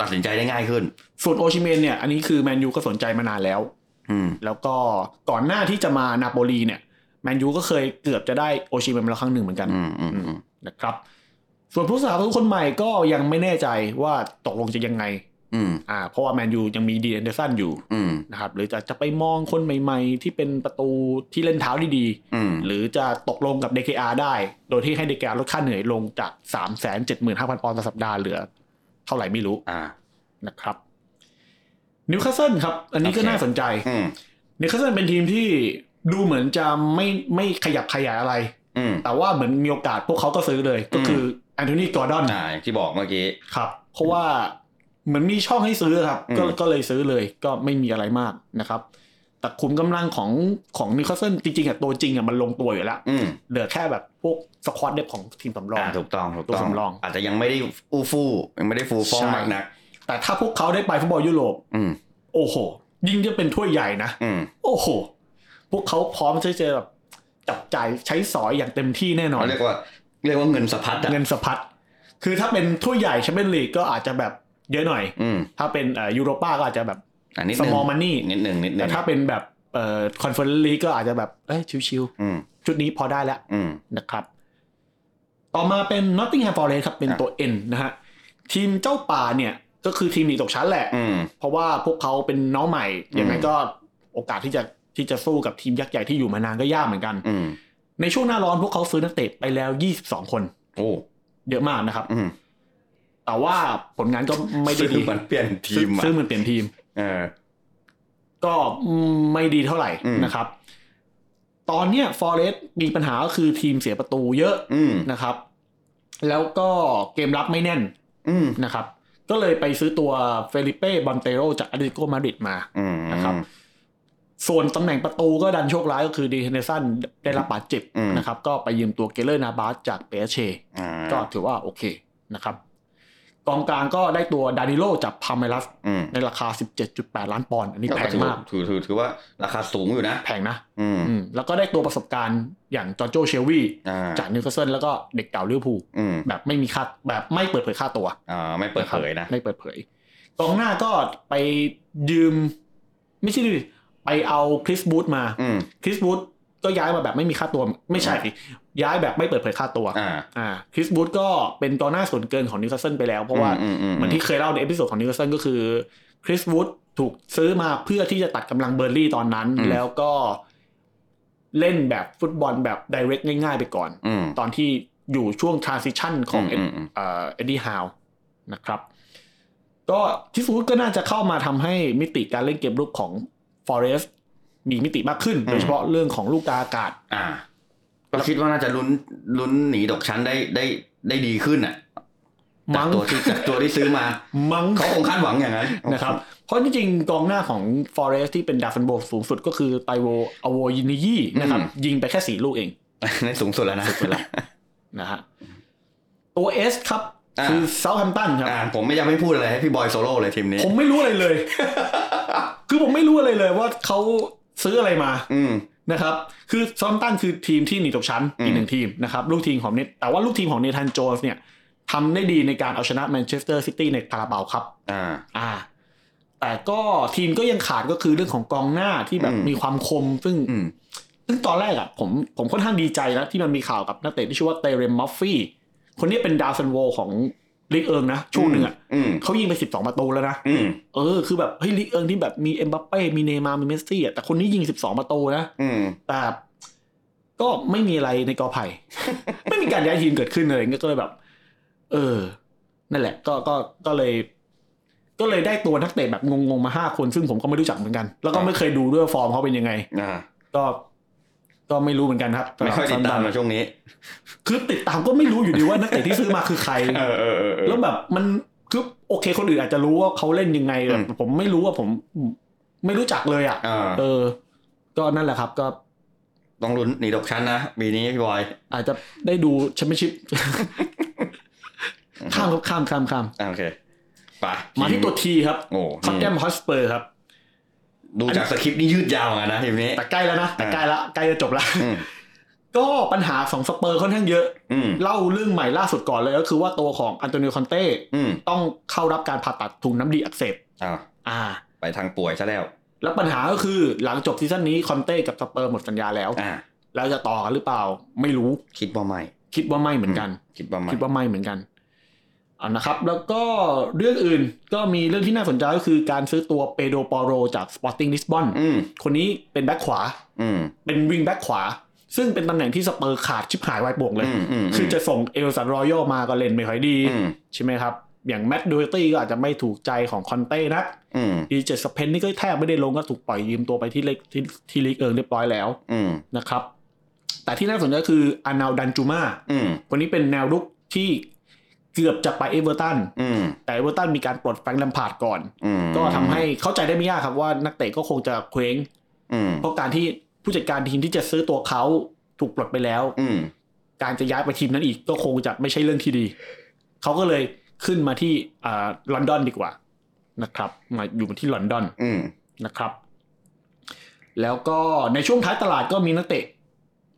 S2: ตัดสินใจได้ง่ายขึ้น
S3: ส่วนโอชิเมนเนี่ยอันนี้คือแมนยูก็สนใจมานานแล้ว
S2: อืม
S3: แล้วก็ก่อนหน้าที่จะมานาโปลีเนี่ยแมนยูก็เคยเกือบจะได้โอชิเมนมาแล้วครั้งหนึ่งเหมือนกัน
S2: อืมอืมอืม
S3: นะครับ ส่วนผู้สาประตูคนใหม่ก็ยังไม่แน่ใจว่าตกลงจะยังไง
S2: อืม
S3: อ่า เพราะว่าแมนยูยังมีดีแอนเดอร์สันอยู่
S2: อืม
S3: นะครับหรือจะจะไปมองคนใหม่ ๆ ที่เป็นประตูที่เล่นเท้าดี
S2: อืม
S3: ๆหรือจะตกลงกับ DKR ได้ โดยที่ให้ DKR ลดค่าเหนื่อยลงจาก 3 7 5 0 0 0ปอนด์ต่อสัปดาห์เหลือ เท่าไหร่ไม่รู้
S2: อ่า
S3: นะครับนิวคาสเซิลครับ อันนี้ก็
S2: โอเค
S3: น่าสนใจ
S2: อืม
S3: นิวคาสเซิลเป็นทีมที่ดูเหมือนจะไม่ไม่ขยับขยายอะไร
S2: อืม
S3: แต่ว่าเหมือนมีโอกาสพวกเขาก็ซื้อเลย ก็คือแอนโทนีกอร์ดอน
S2: อ่าอย่างที่บอกเมื่อกี้
S3: ครับ เพราะว่าเหมือนมีช่องให้ซื้อครับ ก็
S2: อืม
S3: ก็เลยซื้อเลยก็ไม่มีอะไรมากนะครับ แต่ขุมกำลังของของนิวคาสเซิลจริงๆอ่ะตัวจริงอ่ะมันลงตัวอยู่แล้ว
S2: อืม
S3: เหลือแค่แบบพวกสควอตเด็บของทีมสำรอง
S2: อ่าถูกต้องถูก
S3: ตัว
S2: ต้อง
S3: สำรอง
S2: อาจจะยังไม่ได้อู้ฟู่ยังไม่ได้ฟูฟ่อง
S3: ใช่
S2: มากนัก
S3: แต่ถ้าพวกเขาได้ไปฟุตบอลยุโรป
S2: อืม
S3: โอ้โห ยิ่งจะเป็นถ้วยใหญ่นะ
S2: อืม
S3: โอ้โห พวกเขาพร้อมที่จะแบบจับจ่ายใช้สอยอย่างเต็มที่แน่นอน
S2: เขาเรียกว่า เรียกว่าเงินสะพัดอ่ะ
S3: เงินสะพัด คือถ้าเป็นถ้วยใหญ่แชมเปี้ยนลีกก็อาจจะแบบเยอะหน่อย
S2: อืม
S3: ถ้าเป็นเอ่อยูโรป้าก็อาจจะแบบ
S2: อันนิด
S3: ส
S2: นึง
S3: มอลมันนี่
S2: นิดหนึ่งนิดห
S3: แต่
S2: นึ่ง
S3: ถ้าเป็นแบบเอ่อคอนเฟอเรนซ์ลีกก็อาจจะแบบ เอ้ยชิว
S2: อืม
S3: ๆ ชุดนี้พอได้แล้ว
S2: อืม
S3: นะครับ ต่อมาเป็นนอตติงแฮมฟอเรสครับ เป็น
S2: ครับ
S3: ตัวเอ็นนะฮะ ทีมเจ้าป่าเนี่ยก็คือทีมหนีตกชั้นแหละ
S2: อืม
S3: เพราะว่าพวกเขาเป็นน้องใหม่ ยังไง
S2: อืม
S3: ก็โอกาสที่จะที่จะสู้กับทีมยักษ์ใหญ่ที่อยู่มานานก็ยากเหมือนกัน
S2: อืม
S3: ในช่วงหน้าร้อนพวกเขาซื้อนักเตะไปแล้ว 22 คน
S2: โอ้
S3: เยอะมากนะครับ
S2: อืม
S3: แต่ว่าผลงานก็ไม่ได้
S2: ซื้อ
S3: ดี
S2: มันเปลี่ยนทีมอ่ะ
S3: ซื้อเหมือนเปลี่ยนทีม
S2: เออ
S3: ก็ไม่ดีเท่าไหร่
S2: อืม
S3: นะครับ ตอนเนี้ยฟอเรสมีปัญหาก็คือทีมเสียประตูเยอะ
S2: อืม
S3: นะครับ แล้วก็เกมรับไม่แน่น
S2: อืม
S3: นะครับ ก็เลยไปซื้อตัวเฟลิเป้บอนเตโรจากอาริโกมาดริดมา
S2: อืม
S3: นะครับ ส่วนตำแหน่งประตูก็ดันโชคร้ายก็คือดีเฮนเดอร์สันได้รับบาดเจ็บนะครับ ก็ไปยืมตัวเกเลอร์นาบาสจากเปเช
S2: อ่า
S3: ก็ถือว่าโอเคนะครับ กองกลางก็ได้ตัวดานิโลจากพาเมลัส
S2: อืม
S3: ในราคา 17.8 ล้านปอนด์อันนี้แพงมาก
S2: ถือถือถือว่าราคาสูงอยู่นะ
S3: แพงนะ
S2: อืม
S3: อืมแล้วก็ได้ตัวประสบการณ์อย่างจอร์โจเชลวี
S2: อ่า
S3: จากนิวคาสเซิลแล้วก็เด็กเก่าลิเวอร์พูล
S2: อืม
S3: แบบไม่มีค่าแบบไม่เปิดเผยค่าตัว
S2: อ่าไม่เปิดเผยนะ
S3: ไม่เปิดเผย กองหน้าก็ไปยืม ไม่ใช่ดิไปเอาคริสบูธมา
S2: อืม
S3: คริสบูธก็ย้ายมาแบบไม่มีค่าตัว ไม่ใช่สิย้ายแบบไม่เปิดเผยค่าตัว
S2: อ่า
S3: อ่าคริสบูธก็เป็นกองหน้าส่วนเกินของนิวคาสเซิลไปแล้ว เพราะว่า
S2: อืมอืม
S3: เหมือนที่เคยเล่าในเอพิโซดของนิวคาสเซิลก็คือคริสบูธถูกซื้อมาเพื่อที่จะตัดกำลังเบอร์ลี่ตอนนั้น แล้วก็เล่นแบบฟุตบอลแบบไดเรกง่าย ๆ ไปก่อน
S2: อืม
S3: ตอนที่อยู่ช่วงทรานซิชันของเอ็ด
S2: อืมอืม
S3: เอ่อเอ็ดดี้ฮาวนะครับ ก็คริสบูธก็น่าจะเข้ามาทำให้มิติการเล่นเกมรุกของฟอเรสต์มีมิติมากขึ้น โดยเฉพาะเรื่องของลูกกาอากาศ
S2: อ่า ก็คิดว่าน่าจะลุ้นลุ้นหนีตกชั้นได้ได้ได้ดีขึ้นอ่ะ จาก
S3: มั้ง
S2: ตัวที่จากตัวที่ซื้อมา
S3: มั้ง
S2: เขาคงคาดหวังอย่างนั้น
S3: นะครับ เพราะจริงๆกองหน้าของ Forest ที่เป็นดาฟันโบสูงสุดก็คือไตโวอโวยินิยี่นะครับ ยิงไปแค่สี่ลูกเอง
S2: นั่นสูงสุดแล้วนะ
S3: นะฮะตัวเอสครับ
S2: อ่า
S3: คือเซาท์แฮมป์ตันครับ
S2: อ่าผมไม่ยังไม่พูดอะไรให้พี่บอยโซโล่เลยทีมนี้
S3: ผมไม่รู้อะไรเลย คือผมไม่รู้อะไรเลยว่าเขาซื้ออะไรมา
S2: อืม
S3: นะครับ คือเซาท์แฮมป์ตันคือทีมที่หนีตกชั้น
S2: อืม
S3: อีกหนึ่งทีมนะครับ ลูกทีมของเนทแต่ว่าลูกทีมของเนธานโจนส์เนี่ยทำได้ดีในการเอาชนะแมนเชสเตอร์ซิตี้ในคาราบาวครับ
S2: อ่า
S3: อ่า แต่ก็ทีมก็ยังขาดก็คือเรื่องของกองหน้าที่แบบ
S2: อืม
S3: มีความคม ซึ่ง
S2: อืม
S3: ซึ่งตอนแรกอะผมผมค่อนข้างดีใจนะที่มันมีข่าวกับนักเตะที่ชื่อว่าเตเรมมอฟฟี่ คนนี้เป็นดาวซันโวของลีกเอิงนะ ช่วงหนึ่งอะ
S2: อืม
S3: เขายิงไป 12 ประตูแล้วนะ
S2: อืม
S3: เออ คือแบบเฮ้ยลีกเอิงที่แบบมีเอ็มบัปเป้มีเนย์มาร์มีเมสซี่อะแต่คนนี้ยิง 12 ประตูนะ
S2: อืม
S3: แต่ก็ไม่มีอะไรในกอไผ่ ไม่มีการย้ายทีมเกิดขึ้นเลยก็เลยแบบ เออ นั่นแหละ ก็ก็ก็เลย ก็เลยได้ตัวนักเตะแบบงงๆมาห้าคนซึ่งผมก็ไม่รู้จักเหมือนกัน แล้วก็ไม่เคยดูด้วยว่าฟอร์มเขาเป็นยังไง
S2: อ่า
S3: ก็ ก็ไม่รู้เหมือนกันครับ
S2: ไม่ค่อยติดตาม
S3: สำห
S2: มา
S3: รับ
S2: ช่วงนี้
S3: คือติดตามก็ไม่รู้อยู่ดีว่านักเตะที่ ซื้อมาคือใคร
S2: เออเออเออเออ
S3: แล้วแบบมันคือโอเคคนอื่นอาจจะรู้ว่าเขาเล่นยังไงแต่
S2: อืม
S3: ผมไม่รู้ว่าผม ไม่รู้จักเลยอ่ะ
S2: อ่า
S3: เออ ก็นั่นแหละครับ ก็
S2: ต้องลุ้นหนีตกชั้นนะปีนี้พี่บอย
S3: อาจจะได้ดูแชมเปี้ย นชิพ ข้ามครับข้ามข้ามข้าม
S2: อ่าโอเค ไป
S3: มาที่ตัวทีครับ
S2: โอ้
S3: คอตแกม
S2: นี่
S3: ฮอสเปอร์ครับ
S2: ดูจากสคริปต์นี่ยืดยาวเหมือนกันนะทีมนี้
S3: แต่ใกล้แล้วนะ แต่ใกล้ละใกล้จะจบละ
S2: อืม
S3: ก็ปัญหาของสเปอร์ค่อนข้างเยอะ
S2: อืม
S3: เล่าเรื่องใหม่ล่าสุดก่อนเลยก็คือว่าตัวของอันโตนิโอคอนเต้
S2: อืม
S3: ต้องเข้ารับการผ่าตัดถุงน้ำดีอักเสบ
S2: อ่า
S3: อ่า
S2: ไปทางป่วยซะแล้ว
S3: แล้วปัญหาก็คือหลังจบซีซั่นนี้คอนเต้กับสเปอร์หมดสัญญาแล้ว
S2: อ่า
S3: แล้วจะต่อกันหรือเปล่า ไม่รู้
S2: คิดว่าไม่
S3: คิดว่าไม่เหมือนกัน
S2: คิดว่าไม่
S3: คิดว่าไม่เหมือนกันเอานะครับ แล้วก็เรื่องอื่นก็มีเรื่องที่น่าสนใจก็คือการซื้อตัวเปโดปอโรจากสปอร์ติ้งลิสบอน
S2: อืม
S3: คนนี้เป็นแบ็คขวา
S2: อืม
S3: เป็นวิงแบ็คขวา ซึ่งเป็นตำแหน่งที่สเปอร์ขาดชิบหายวายป่วงเลย
S2: อืมอืม
S3: คือจะส่งเอลซันรอยัลมาก็เล่นไม่ค่อยดี
S2: อืม
S3: ใช่ไหมครับ อย่างแมตต์ดูเอตี้ก็อาจจะไม่ถูกใจของคอนเต้นัก
S2: อืม
S3: ดีเจสเปนนี่ก็แทบไม่ได้ลงก็ถูกปล่อยยืมตัวไปที่เล็กที่ที่ลีกเอิงเรียบร้อยแล้ว
S2: อืม
S3: นะครับ แต่ที่น่าสนใจก็คืออานาลดันจูมา
S2: อืม
S3: คนนี้เป็นแนวรุกที่เกือบจะไปเอเวอร์ตัน
S2: อืม
S3: แต่เอเวอร์ตันมีการปลดแฟรงค์แลมพาร์ดก่อน
S2: อืม
S3: ก็ทำให้เข้าใจได้ไม่ยากครับว่านักเตะก็คงจะเคว้ง
S2: อืม
S3: เพราะการที่ผู้จัดการทีมที่จะซื้อตัวเขาถูกปลดไปแล้ว
S2: อืม
S3: การจะย้ายไปทีมนั้นอีกก็คงจะไม่ใช่เรื่องที่ดี เขาก็เลยขึ้นมาที่อ่าลอนดอนดีกว่านะครับมาอยู่ที่ลอนดอน
S2: อืม
S3: นะครับ แล้วก็ในช่วงท้ายตลาดก็มีนักเตะ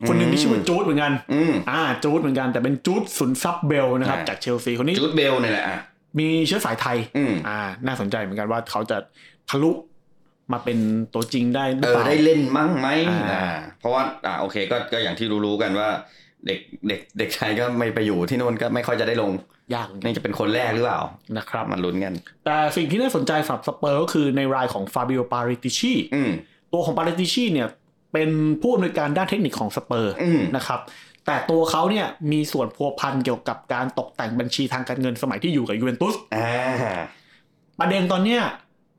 S3: คนหนึ่งที่ชื่อว่าจูดเหมือนกัน
S2: อืม
S3: อ่าจูดเหมือนกันแต่เป็นจูดสุนทรัพย์เบลนะครับ
S2: อ่า
S3: จากเชลซีคนนี้
S2: จูดเบลนี่แหละอ่ะ
S3: มีเชื้อสายไทย
S2: อืม
S3: อ่า น่าสนใจเหมือนกันว่าเขาจะทะลุมาเป็นตัวจริงได้หรื
S2: เอ
S3: อเป
S2: อ
S3: ล่า
S2: ได้เล่นมั้งไหม
S3: อ่า
S2: อ่า เพราะว่า อ่าโอเคก็ก็อย่างที่รู้ๆกันว่า เด็กเด็กเด็กชายก็ไม่ไปอยู่ที่นู่นก็ไม่ค่อยจะได้ลง
S3: ยากเหมือนกัน
S2: นี่จะเป็นคนแรกหรือเปล่า
S3: นะครับ
S2: มันลุ้นกัน
S3: แต่สิ่งที่น่าสนใจสำหรับสเปอร์ก็คือในรายของฟาบิโอปาริติชี
S2: อืม
S3: ตัวของปาริติชีเนี่ยเป็นผู้อำนวยการด้านเทคนิคของสเปอร์
S2: อืม
S3: นะครับ แต่ตัวเขาเนี่ยมีส่วนพัวพันเกี่ยวกับการตกแต่งบัญชีทางการเงินสมัยที่อยู่กับยูเวนตุส
S2: อ่า
S3: ประเด็นตอนเนี้ย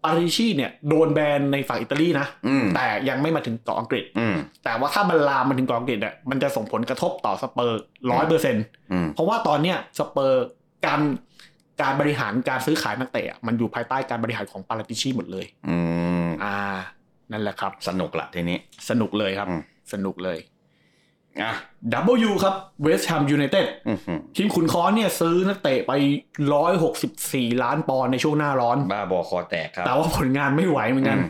S3: ปาริติชีเนี่ยโดนแบนในฝั่งอิตาลีนะ
S2: อืม
S3: แต่ยังไม่มาถึงเกาะอังกฤษ
S2: อืม
S3: แต่ว่าถ้ามันลามมาถึงเกาะอังกฤษเนี่ยมันจะส่งผลกระทบต่อสเปอร์ร้อยเปอร์เซ็นต์
S2: อืม
S3: เพราะว่าตอนเนี้ยสเปอร์การการบริหารการซื้อขายนักเตะอะมันอยู่ภายใต้การบริหารของปาราติชีหมดเลย
S2: อืม
S3: อ่า นั่นแหละครับ
S2: สนุกละทีนี้
S3: สนุกเลยครับ
S2: อืม
S3: สนุกเลย
S2: อ่ะ
S3: W ครับเวสต์แฮมยูไนเต็ด
S2: อื้อหือ
S3: ทีมขุนค้อนเนี่ยซื้อนักเตะไป 164 ล้านปอนด์ในช่วงหน้าร้อน
S2: บ้าบอคอแตกครับ
S3: แต่ว่าผลงานไม่ไหวเหมือนกัน
S2: อืม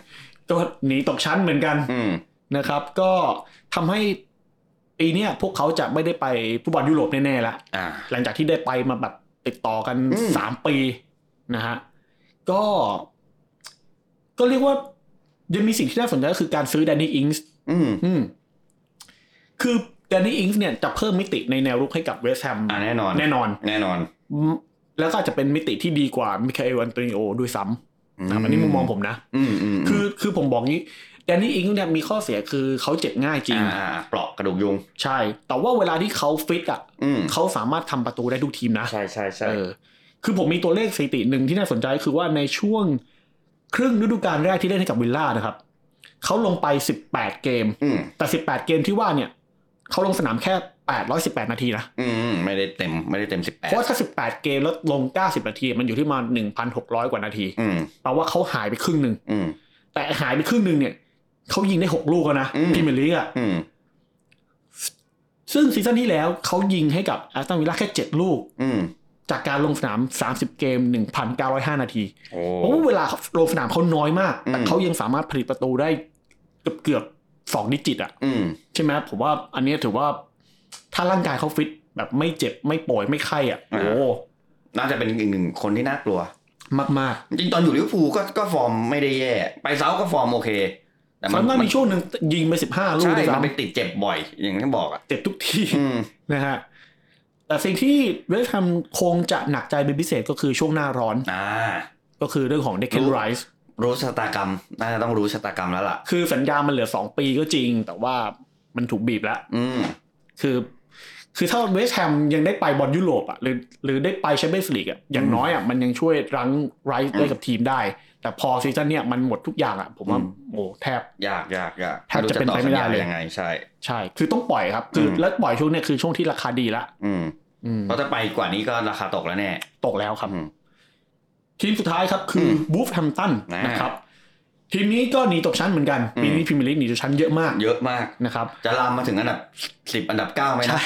S3: ก็หนีตกชั้นเหมือนกัน
S2: อืม
S3: นะครับก็ทำให้ปีเนี้ยพวกเขาจะไม่ได้ไปฟุตบอลยุโรปแน่ๆละ
S2: อ่า
S3: หลังจากที่ได้ไปมาแบบติดต่อกัน
S2: อืม
S3: สามปีนะฮะก็ ก็เรียกว่ายังมีสิ่งที่น่าสนใจก็คือการซื้อแดนนี่อิงส์
S2: อืม
S3: อืมคือแดนนี่อิงส์เนี่ยจะเพิ่มมิติในแนวรุกให้กับเวสต์แฮม
S2: อ่าแน่นอน
S3: แน่นอน
S2: แน่นอน
S3: อืมแล้วก็อาจจะเป็นมิติที่ดีกว่ามิคาเอลอันโตนิโอด้วยซ้ำนะครับอันนี้มุมมองผมนะ
S2: อืมอืม
S3: คือคือผมบอกงี้แดนนี่อิงส์เนี่ยมีข้อเสียคือเขาเจ็บง่ายจริง
S2: อ่าอ่าอ่าเปลาะกระดูกยุง
S3: ใช่ แต่ว่าเวลาที่เขาฟิตอ่ะ
S2: อืม
S3: เขาสามารถทำประตูได้ทุกทีมนะ
S2: ใช่ใช่ใช่
S3: เออ คือผมมีตัวเลขสถิติหนึ่งที่น่าสนใจคือว่าในช่วงครึ่งฤดูกาลแรกที่เล่นให้กับวิลล่านะครับ เขาลงไป 18 เกม
S2: อืม
S3: แต่ 18 เกมที่ว่าเนี่ย เขาลงสนามแค่ 818 นาทีนะ
S2: อืมไม่ได้เต็มไม่ได้เต็มสิบแปด
S3: เพราะว่าถ้า 18 เกมลดลง 90 นาที มันอยู่ที่มา 1,600 กว่านาที
S2: อืม
S3: แปลว่าเขาหายไปครึ่งหนึ่ง
S2: อืม
S3: แต่หายไปครึ่งหนึ่งเนี่ย เขายิงได้ 6 ลูกแล้วนะ
S2: อืม
S3: พรีเมียร์ลีกอะ
S2: อืม
S3: ซึ่งซีซั่นที่แล้วเขายิงให้กับแอสตันวิลล่าแค่ 7 ลูก
S2: อืม
S3: จากการลงสนาม 30 เกม 1,905 นาที
S2: โอ้
S3: เพราะว่าเวลาลงสนามเขาน้อยมาก แต่
S2: อืม
S3: เขายังสามารถผลิตประตูได้เกือบเกือบๆสองดิจิตอะ
S2: อืม
S3: ใช่ไหมผมว่าอันเนี้ยถือว่า ถ้าร่างกายเขาฟิตแบบไม่เจ็บไม่ป่วยไม่ไข้อ่ะ
S2: อ่า
S3: โอ้
S2: น่าจะเป็นอีกหนึ่งคนที่น่ากลัว
S3: มากมาก
S2: จริงๆตอนอยู่ลิเวอร์พูลก็ก็ฟอร์มไม่ได้แย่ ไปเซาท์ก็ฟอร์มโอเค แต่
S3: ๆ
S2: มั
S3: มันน
S2: มั
S3: มีช่วงหนึ่งยิงไปสิบห้าลูก
S2: ใช่
S3: ด้วย
S2: มันไป
S3: ซ้ำ
S2: ติดเจ็บบ่อย อย่างที่บอกอ่ะ
S3: เจ็บทุกที
S2: อืม
S3: นะฮะแต่สิ่งที่เวสต์แฮมคงจะหนักใจเป็นพิเศษก็คือช่วงหน้าร้อน
S2: อ่า
S3: ก็คือเรื่องของเดคเคน
S2: รู้
S3: ไรส์
S2: รู้ชะตากรรม น่าจะต้องรู้ชะตากรรมแล้วล่ะ
S3: คือสัญญามันเหลือสองปีก็จริง แต่ว่ามันถูกบีบแล้ว
S2: อืม
S3: คือ คือถ้าเวสต์แฮมยังได้ไปบอลยุโรปอ่ะหรือหรือได้ไปแชมเปี้ยนส์ลีกอ่ะอย่างน้อยอ่ะมันยังช่วยรั้งไรท์ได้กับทีมได้ แต่พอซีซั่นเนี้ยมันหมดทุกอย่างอ่ะผมว่า
S2: อืม
S3: โอ้แทบ
S2: ยากยากยาก
S3: แทบจะเป็นไปไม่ได้เลย
S2: ยังไง ใช่
S3: ใช่ คือต้องปล่อยครับ คืออ
S2: ม
S3: แล้วปล่อยช่วงเนี้ยคือช่วงที่ราคาดีละ
S2: อืม
S3: อืม
S2: เพราะถ้าไปกว่านี้ก็ราคาตกแล้วแน่
S3: ตกแล้วครับ
S2: อืม
S3: ทีมสุดท้ายครับคืออ
S2: ม
S3: บูฟแฮมตัน
S2: นะ
S3: นะครับ ทีมนี้ก็หนีตกชั้นเหมือนกัน
S2: อืม
S3: ปีนี้พรีเมียร์ลีกหนีตกชั้นเยอะมาก
S2: เยอะมาก
S3: นะครับ
S2: จะลามมาถึงอันดับสิบอันดับเก้าไหมนะ
S3: ใช่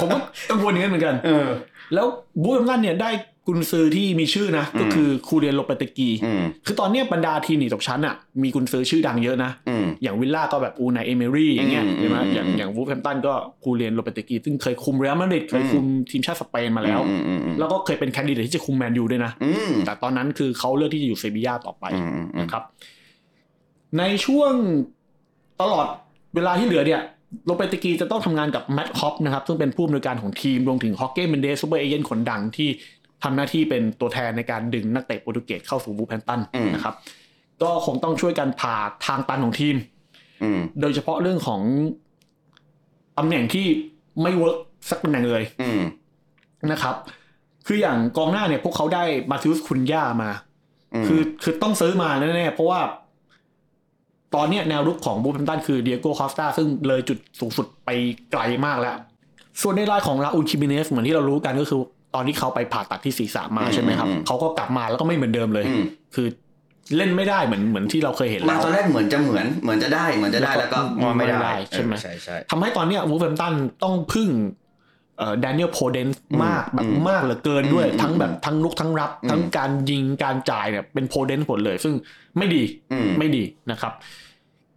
S3: ผมก็กังวลอย่างนั้นเหมือนกัน
S2: เออ
S3: แล้วบูฟแฮมตันเนี่ยได้กุนซือที่มีชื่อนะ ก็
S2: อืม
S3: คือคูเรียนโลเปเตกี
S2: อืม
S3: คือตอนเนี้ยบรรดาทีมหนีตกชั้นอ่ะมีกุนซื้อชื่อดังเยอะนะ
S2: อืม
S3: อย่างวิลล่าก็แบบอูนายเอเมรี่อย่างเงี้ย
S2: อืม
S3: ใช่ไหม
S2: อืม
S3: อย่าง
S2: อืม
S3: อย่างวูฟแฮมป์ตันก็คูเรียนโรเบติกีซึ่งเคยคุมเรอัลมาดริดเคยคุมทีมชาติสเปนมาแล้ว
S2: อืมอืมอืม
S3: แล้วก็เคยเป็นแคนดิเดตที่จะคุมแมนยูด้วยนะ
S2: อืม
S3: แต่ตอนนั้นคือเขาเลือกที่จะอยู่เซบีย่าต่อไป
S2: อืมอืมอืม
S3: นะครับ ในช่วงตลอดเวลาที่เหลือเนี่ยโรเบติกีจะต้องทำงานกับแมตต์คอปนะครับซึ่งเป็นผู้อำนวยการของทีมรวมถึงฮอกเก้เมนเดสซูเปอร์เอเย่นคนดังที่ทำหน้าที่เป็นตัวแทนในการดึงนักเตะโปรตุเกสเข้าสู่วูแพนตันนะครับ ก็คงต้องช่วยกันผ่าทางตันของทีม
S2: อืม
S3: โดยเฉพาะเรื่องของตำแหน่งที่ไม่เวิร์กสักตำแหน่งเลย
S2: อืม
S3: นะครับ คืออย่างกองหน้าเนี่ยพวกเขาได้มาทิวส์คุณย่ามา
S2: ม
S3: คือคือต้องซื้อมาแน่ๆเพราะว่า ตอนเนี้ยแนวรุกของบูฟเฟนตันคือเดียโก้คอสตาซึ่งเลยจุดสูงสุดไปไกลมากแล้ว ส่วนในรายของราอูลคิมิเนสเหมือนที่เรารู้กันก็คือ ตอนที่เขาไปผ่าตัดที่ศีรษะมาใช่ไหมครับ เขาก็กลับมาแล้วก็ไม่เหมือนเดิมเลย
S2: อืม
S3: คือเล่นไม่ได้เหมือนเหมือนที่เราเคยเห็น
S2: มา
S3: แล้ว
S2: ตอนแรกเหมือนจะเหมือนเหมือนจะได้เหมือนจะได้แล้วก็
S3: แล้วก็
S2: ไม่ได้
S3: ไม่ได้ใช่ไหม
S2: เออใช่ใช่
S3: ทำให้ตอนเนี้ยวูฟเ m มตันต้องพึ่งแดเนียลโพเดนมากแบบ
S2: อืม
S3: มากเหลือเกินด้วย
S2: อืม
S3: ทั้งแบบทั้งลุกทั้งรับ
S2: อืม
S3: ทั้งการยิงการจ่ายเนี่ยเป็นโพเดนผลเลย ซึ่งไม่ดี
S2: อืม
S3: ไม่ดีนะครับ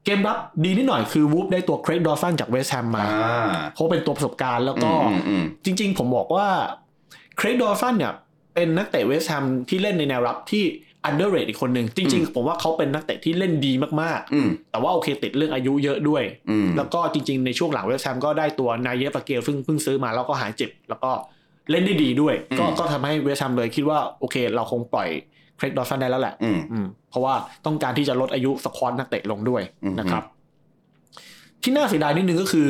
S3: เกมรับดีนิดหน่อยคือวูฟได้ตัวเครกดอสันจากเวสต์แฮมมา
S2: อ่า
S3: เขาเป็นตัวประสบการณ์แล้วก็
S2: อืมอืม
S3: จริง ๆ ผมบอกว่าเครกดอสันเนี่ย เป็นนักเตะเวสต์แฮมที่เล่นในแนวรับที่อันเดอร์เรอีกคนหนึ่งจริง ๆ ผมว่าเขาเป็นนักเตะที่เล่นดีมาก
S2: อืม
S3: ๆ แต่ว่าโอเคติดเรื่องอายุเยอะด้วย
S2: อืม
S3: แล้วก็จริงๆ ในช่วงหลังเวสต์แฮมก็ได้ตัวนายเยฟปาเกลซึ่งเพิ่งซื้อมาแล้วก็หายเจ็บ แล้วก็เล่นได้ดีด้วย ก็ก็ทำให้เวสต์แฮมเลยคิดว่าโอเค เราคงปล่อยเครกดอสันได้แล้วแหละ
S2: อืม
S3: อืมเพราะว่าต้องการที่จะลดอายุสควอตนักเตะลงด้วย
S2: อืม
S3: นะครับ ที่น่าเสียดายนิดนึงก็คือ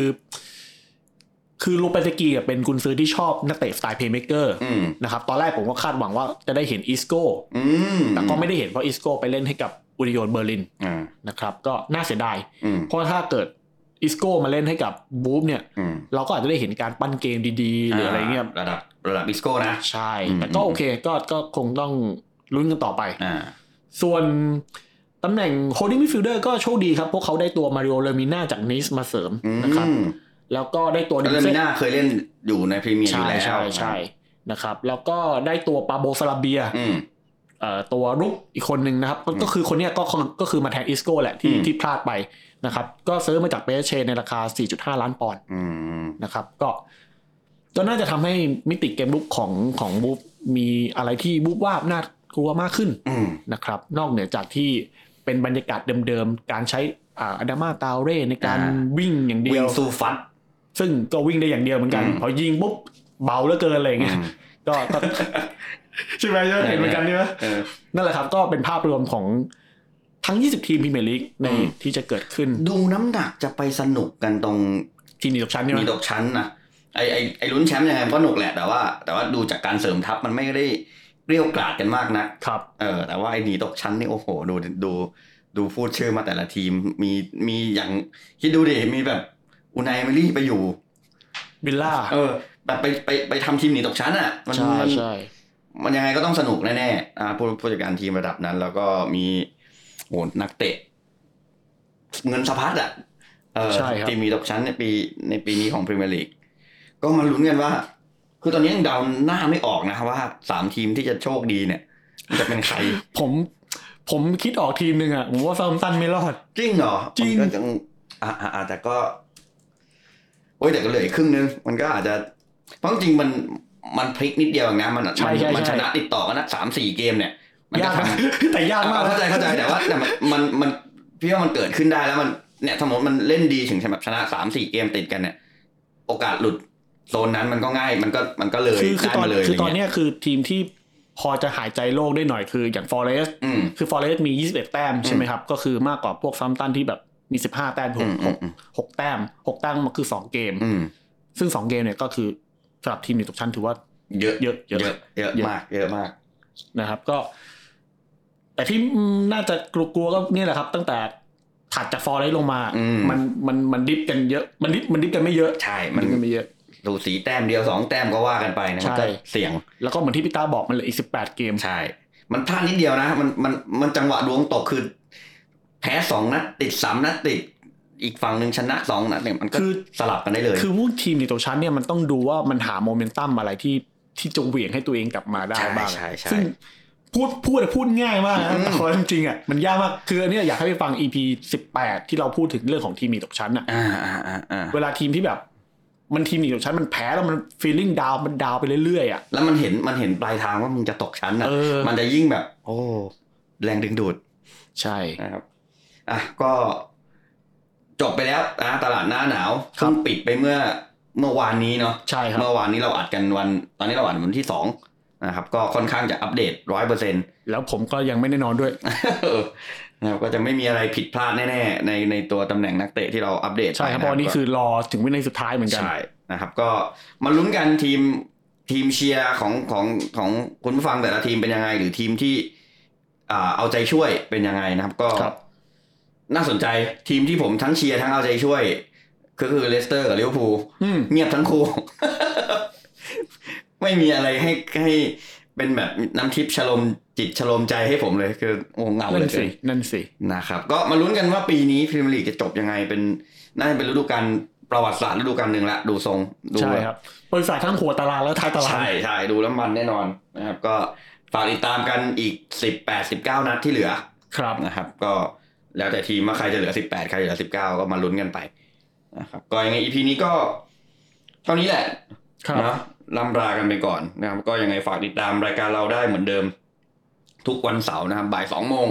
S3: คือโลเปเตกีอะเป็นกุนซื้อที่ชอบนักเตะสไตล์เพย์เมเกอร์
S2: อืม
S3: นะครับตอนแรกผมก็คาดหวังว่าจะได้เห็นอิสโก้
S2: อืม
S3: แต่ก็ไม่ได้เห็นเพราะอิสโก้ไปเล่นให้กับอุดิโยนเบอร์ลิน
S2: อ่า
S3: นะครับ ก็น่าเสียดาย
S2: อืม
S3: เพราะถ้าเกิดอิสโก้มาเล่นให้กับบูฟเนี่ย
S2: อืม
S3: เราก็อาจจะได้เห็นการปั้นเกมดีๆ หรืออะไรเงี้ย
S2: ระดับระดับบิสโก้นะ
S3: ใช่
S2: อืม
S3: แต่ก็โอเคก็ก็คงต้องลุ้นกันต่อไป
S2: อ่า
S3: ส่วนตำแหน่งโ o ด d ิ n งมิดฟิลเดอร์ก็โชคดีครับ พวกเขาได้ตัวมาริโอเลมิน่าจากนิสมาเสริม
S2: อืม
S3: นะครับ แล้วก็ได้ตัว
S2: แล้วเรมิ
S3: เซ่
S2: น่าเคยเล่นอยู่ในพรีเมียร์อยู่
S3: ใช่
S2: แล้ว
S3: ใช่ใช่นะครับ แล้วก็ได้ตัวปาโบซาลาเบีย
S2: อืม
S3: เอ่อตัวรุกอีกคนหนึ่งนะครับ ก็ก็คือคนเนี้ยก็คงก็คือมาแทนอิสโก้แหละที่
S2: อืม
S3: ที่พลาดไปนะครับ ก็ซื้อมาจากเบสเชในราคา 4.5 ล้านปอนด์
S2: อืม
S3: นะครับก็ก็น่าจะทำให้มิติเกมลุกของของบูฟมีอะไรที่บูฟว่าบน่ากลัวมากขึ้น
S2: อืม
S3: นะครับ นอกเหนือจากที่เป็นบรรยากาศเดิมๆ การใช้อ่าอดามาตาเร่ในการ
S2: อ่า
S3: วิ่งอย่างเดี
S2: วิ่
S3: ย
S2: ง
S3: ว
S2: สู้ฟัด
S3: ซึ่งก็วิ่งได้อย่างเดียวเหมือนกัน
S2: อืม
S3: พอยิงปุ๊บเบาเหลือเกินอะไรอย่างเงี้ย
S2: อืม
S3: ก็ก็ ใช่ไหมใช่ไหมเห็นเหมือนกันใช่ไหม
S2: เออ
S3: นั่นแหละครับก็เป็นภาพรวมของทั้ง 20 ทีมพรีเมียร์ลีกใน
S2: อืม
S3: ที่จะเกิดขึ้น
S2: ดูน้ำหนักจะไปสนุกกันตรง
S3: ทีมหนีตกชั้นใช่ไหม
S2: มีตกชั้นนะไอไอไอลุ้นแชมป์ยังไงมันก็หนุกแหละแต่ว่า แต่ว่าดูจากการเสริมทัพมันไม่ได้เรียวกราดกันมากนะครับ เออ แต่ว่าไอหนีตกชั้นนี่โอ้โห ดูดูดูพูดชื่อมาแต่ละทีมมีมีอย่างคิดดูดิมีแบบอุนายเอมิลี่ไปอยู่
S3: วิลล่า
S2: เออ แบบไปไปไปทำทีมหนีตกชั้นอ่ะมัน
S3: ใช่
S2: มัน
S3: ใช่
S2: มันยังไงก็ต้องสนุกแน่ๆอ่าผู้ผู้จัดการทีมระดับนั้น แล้วก็มีโหนักเตะ เงินสะพัดอ่ะเออ
S3: ใช่ครับ
S2: ทีมมีตกชั้นในปีในปีนี้ของพรีเมียร์ลีกก็มาลุ้นกันว่า คือตอนนี้ยังเดาหน้าไม่ออกนะว่าสามทีมที่จะโชคดีเนี่ยจะเป็นใคร
S3: ผมผมคิดออกทีมหนึ่งอะผมว่าซัมตันไม่รอด
S2: จริงเหรอ
S3: จริง
S2: มันก็ยังอ่าอ่าอ่าแต่ก็โอ้ยแต่ก็เหลืออีกครึ่งนึง มันก็อาจจะเพราะจริงๆมันมันพลิกนิดเดียวเองนะมัน
S3: ใช่ใช่
S2: มัน
S3: ใช่
S2: ชนะติดต่อกันนะสามสี่เกมเนี่ย มัน
S3: ยาก
S2: ทำ
S3: นะแต่ยากมากนะ
S2: เข้าใจเข้าใจแต่ว่าแต่มันมันมันพี่ว่ามันเกิดขึ้นได้แล้วมันเนี่ยสมมติมันเล่นดีถึงแบบชนะสามสี่เกมติดกันเนี่ย โอกาสหลุดโซนนั้นมันก็ง่ายมันก็มันก็เลย
S3: คือคือ
S2: ได้
S3: ตอน
S2: มาเลย
S3: คือตอ
S2: อะ
S3: น
S2: ไรเงี้ย
S3: เนี้ยคือทีมที่พอจะหายใจโลกได้หน่อยคืออย่างฟอเรส
S2: อืม
S3: คือฟอเรสต์มี 21 แต้มใช่ไหมครับ ก็คือมากกว่าพวกซัมตันที่แบบมี 15 แต้ม
S2: อืมอืมอืม
S3: 6กแต้ม 6 แต้มมันคือ 2 เกม
S2: อืม
S3: ซึ่ง 2 เกมเนี่ยก็คือสำหรับทีมหนีตกชั้นถือว่า
S2: เยอะ
S3: เยอะเย
S2: เยอะ
S3: อะ
S2: เยอะมาก เยอะมาก
S3: นะครับก็ แต่ที่น่าจะกลัวๆก็เนี่ยแหละครับ ตั้งแต่ถัดจากฟอเรสต์ลงมา
S2: อืม
S3: มันมันมันดิฟกันเยอะ มันดิฟมันดิฟกันไม่เยอะ
S2: ใช่
S3: มั
S2: มัน น
S3: ดิฟกันไม่เยอะ
S2: ดูสีแต้มเดียวสองแต้มก็ว่ากันไปนะมันก็
S3: ใช่
S2: เสี่ยง
S3: แล้วก็เหมือนที่พี่ตาบอกมันเหลืออีก 18 เกม
S2: ใช่ มันพลาดนิดเดียวนะ มันมันมันจังหวะดวงตกคือแพ้สองนัดติดสามนัดติดอีกฝั่งหนึ่งชนะสองนัดเนี่ยมันก็
S3: คือ
S2: สลับกันได้เลย
S3: คือพวกทีมหนีตกชั้นเนี่ยมันต้องดูว่ามันหาโมเมนตัมอะไรที่ที่จะเหวี่ยงให้ตัวเองกลับมาได้
S2: ใช่
S3: บ้าง
S2: ใช่ใช่
S3: ซึ่งพูดพูดพูดง่ายมากนะ
S2: อืม
S3: แต่ความจริงอ่ะมันยากมากคืออันเนี้ยอยากให้ไปฟัง EP สิบแปดที่เราพูดถึงเรื่องของทีมหนีตกชั้นอ่ะ
S2: อ่าอ่าอ่าอ่า
S3: เวลาทีมที่แบบ มันทีมหนีตกชั้นมันแพ้แล้วมันฟีลลิ่งดาวมันดาวไปเรื่อยๆอ่ะ
S2: แล้วมันเห็นมันเห็นปลายทางว่ามึงจะตกชั้นนะ
S3: เออ
S2: มันจะยิ่งแบบ โอ้ แรงดึงดูด
S3: ใช่
S2: นะครับอ่ะก็จบไปแล้วนะตลาดหน้าหนาว
S3: ครับ
S2: เพิ่งปิดไปเมื่อเมื่อวานนี้เนาะ
S3: ใช่ครับ
S2: เมื่อวานนี้เราอัดกันวัน ตอนนี้เราอัดวันที่สองนะครับ ก็ค่อนข้างจะอัปเดตร้อยเปอร์เซ็นต์
S3: แล้วผมก็ยังไม่ได้นอนด้วย
S2: นะครับก็จะไม่มีอะไรผิดพลาดแน่ๆในในตัวตำแหน่งนักเตะที่เราอัปเดต
S3: ใช่ครับ
S2: ไป
S3: เพราะ
S2: นะ
S3: อันนี่คือรอถึงวินาทีสุดท้ายเหมือนกัน
S2: ใช่นะครับก็มาลุ้นกันทีมทีมเชียร์ของของของคุณผู้ฟังแต่ละทีมเป็นยังไง หรือทีมที่อ่าเอาใจช่วยเป็นยังไงนะครับ ก็
S3: ครับ
S2: น่าสนใจทีมที่ผมทั้งเชียร์ทั้งเอาใจช่วย ก็คือเลสเตอร์กับลิเวอร์พูล
S3: อืม
S2: เงียบทั้งคู่ ไม่มีอะไรให้ให้เป็นแบบน้ำทิพย์ชโลมจิตชโลมใจให้ผมเลยคือโอ้เหงาเหล
S3: นั่
S2: ย
S3: น
S2: เกิ
S3: สิ
S2: น
S3: นั่นสิ
S2: นะครับก็มาลุ้นกันว่าปีนี้พรีเมียร์ลีกจะจบยังไงเป็นน่าจะเป็นฤดูกาลประวัติศาสตร์ฤดูกาลหนึ่งละดูทรงดู
S3: ใช่ครับบริษัททั้งหัวตารางแล้วท้ายตาราง
S2: ใช่ใช่ดูแล้วมันแน่นอนนะครับ ก็ฝากติดตามกันอีก 18 19 นัดที่เหลือ
S3: ครับ
S2: นะครับ ก็แล้วแต่ทีมว่าใครจะเหลือ 18 ใครจะเหลือ 19 ก็มาลุ้นกันไปนะครับก็ยังไง EP นี้ก็เท่านี้แหละ
S3: ครับ
S2: เนาะล่ำลากันไปก่อนนะครับก็ยังไงฝากติดตามรายการเราได้เหมือนเดิม ทุกวันเสาร์นะครับบ่ายสองโมง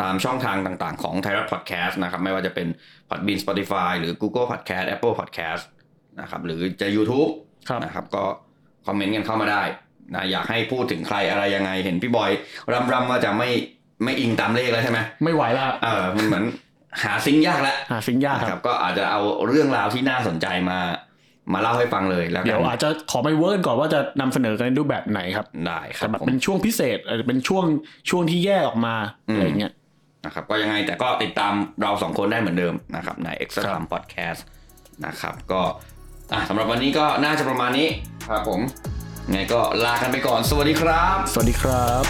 S2: ตามช่องทางต่างๆ ของไทยรัฐพอดแคสต์นะครับ ไม่ว่าจะเป็น Podbean Spotify หรือ Google Podcast Apple Podcast นะครับหรือจะ YouTube
S3: ครับ
S2: นะครับก็คอมเมนต์กันเข้ามาได้นะอยากให้พูดถึงใครอะไรยังไงเห็นพี่บอยรำรำว่าจะไม่ไม่อิงตามเลขแล้วใช่ไหม
S3: ไม่ไหวละ
S2: เออมันเหมือนหาซิงค์ยากแล้ว
S3: หาสิ่งยาก
S2: นะ
S3: ค
S2: ค
S3: รั
S2: รับ บก็อาจจะเอาเรื่องราวที่น่าสนใจมามาเล่าให้ฟังเลยแล้ว
S3: เดี๋
S2: กั
S3: ย
S2: น
S3: วอาจจะขอไปเวิร์กก่อนว่าจะนำเสนอกันในรูปแบบไหนครับ
S2: ได้ครั
S3: แต่
S2: บ
S3: แบบ
S2: ผม
S3: เป็นช่วงพิเศษอาจจะเป็นช่วงช่วงที่แยกออกมาอะไรเงี้ย
S2: นะครับก็ยังไงแต่ก็ติดตามเราสองคนได้เหมือนเดิมนะครับใน Extra Time Podcast นะครับก็อ่ะสำหรับวันนี้ก็น่าจะประมาณนี้ครับผมยังไงก็ลากันไปก่อน สวัสดีครับ
S3: สวัสดีครับ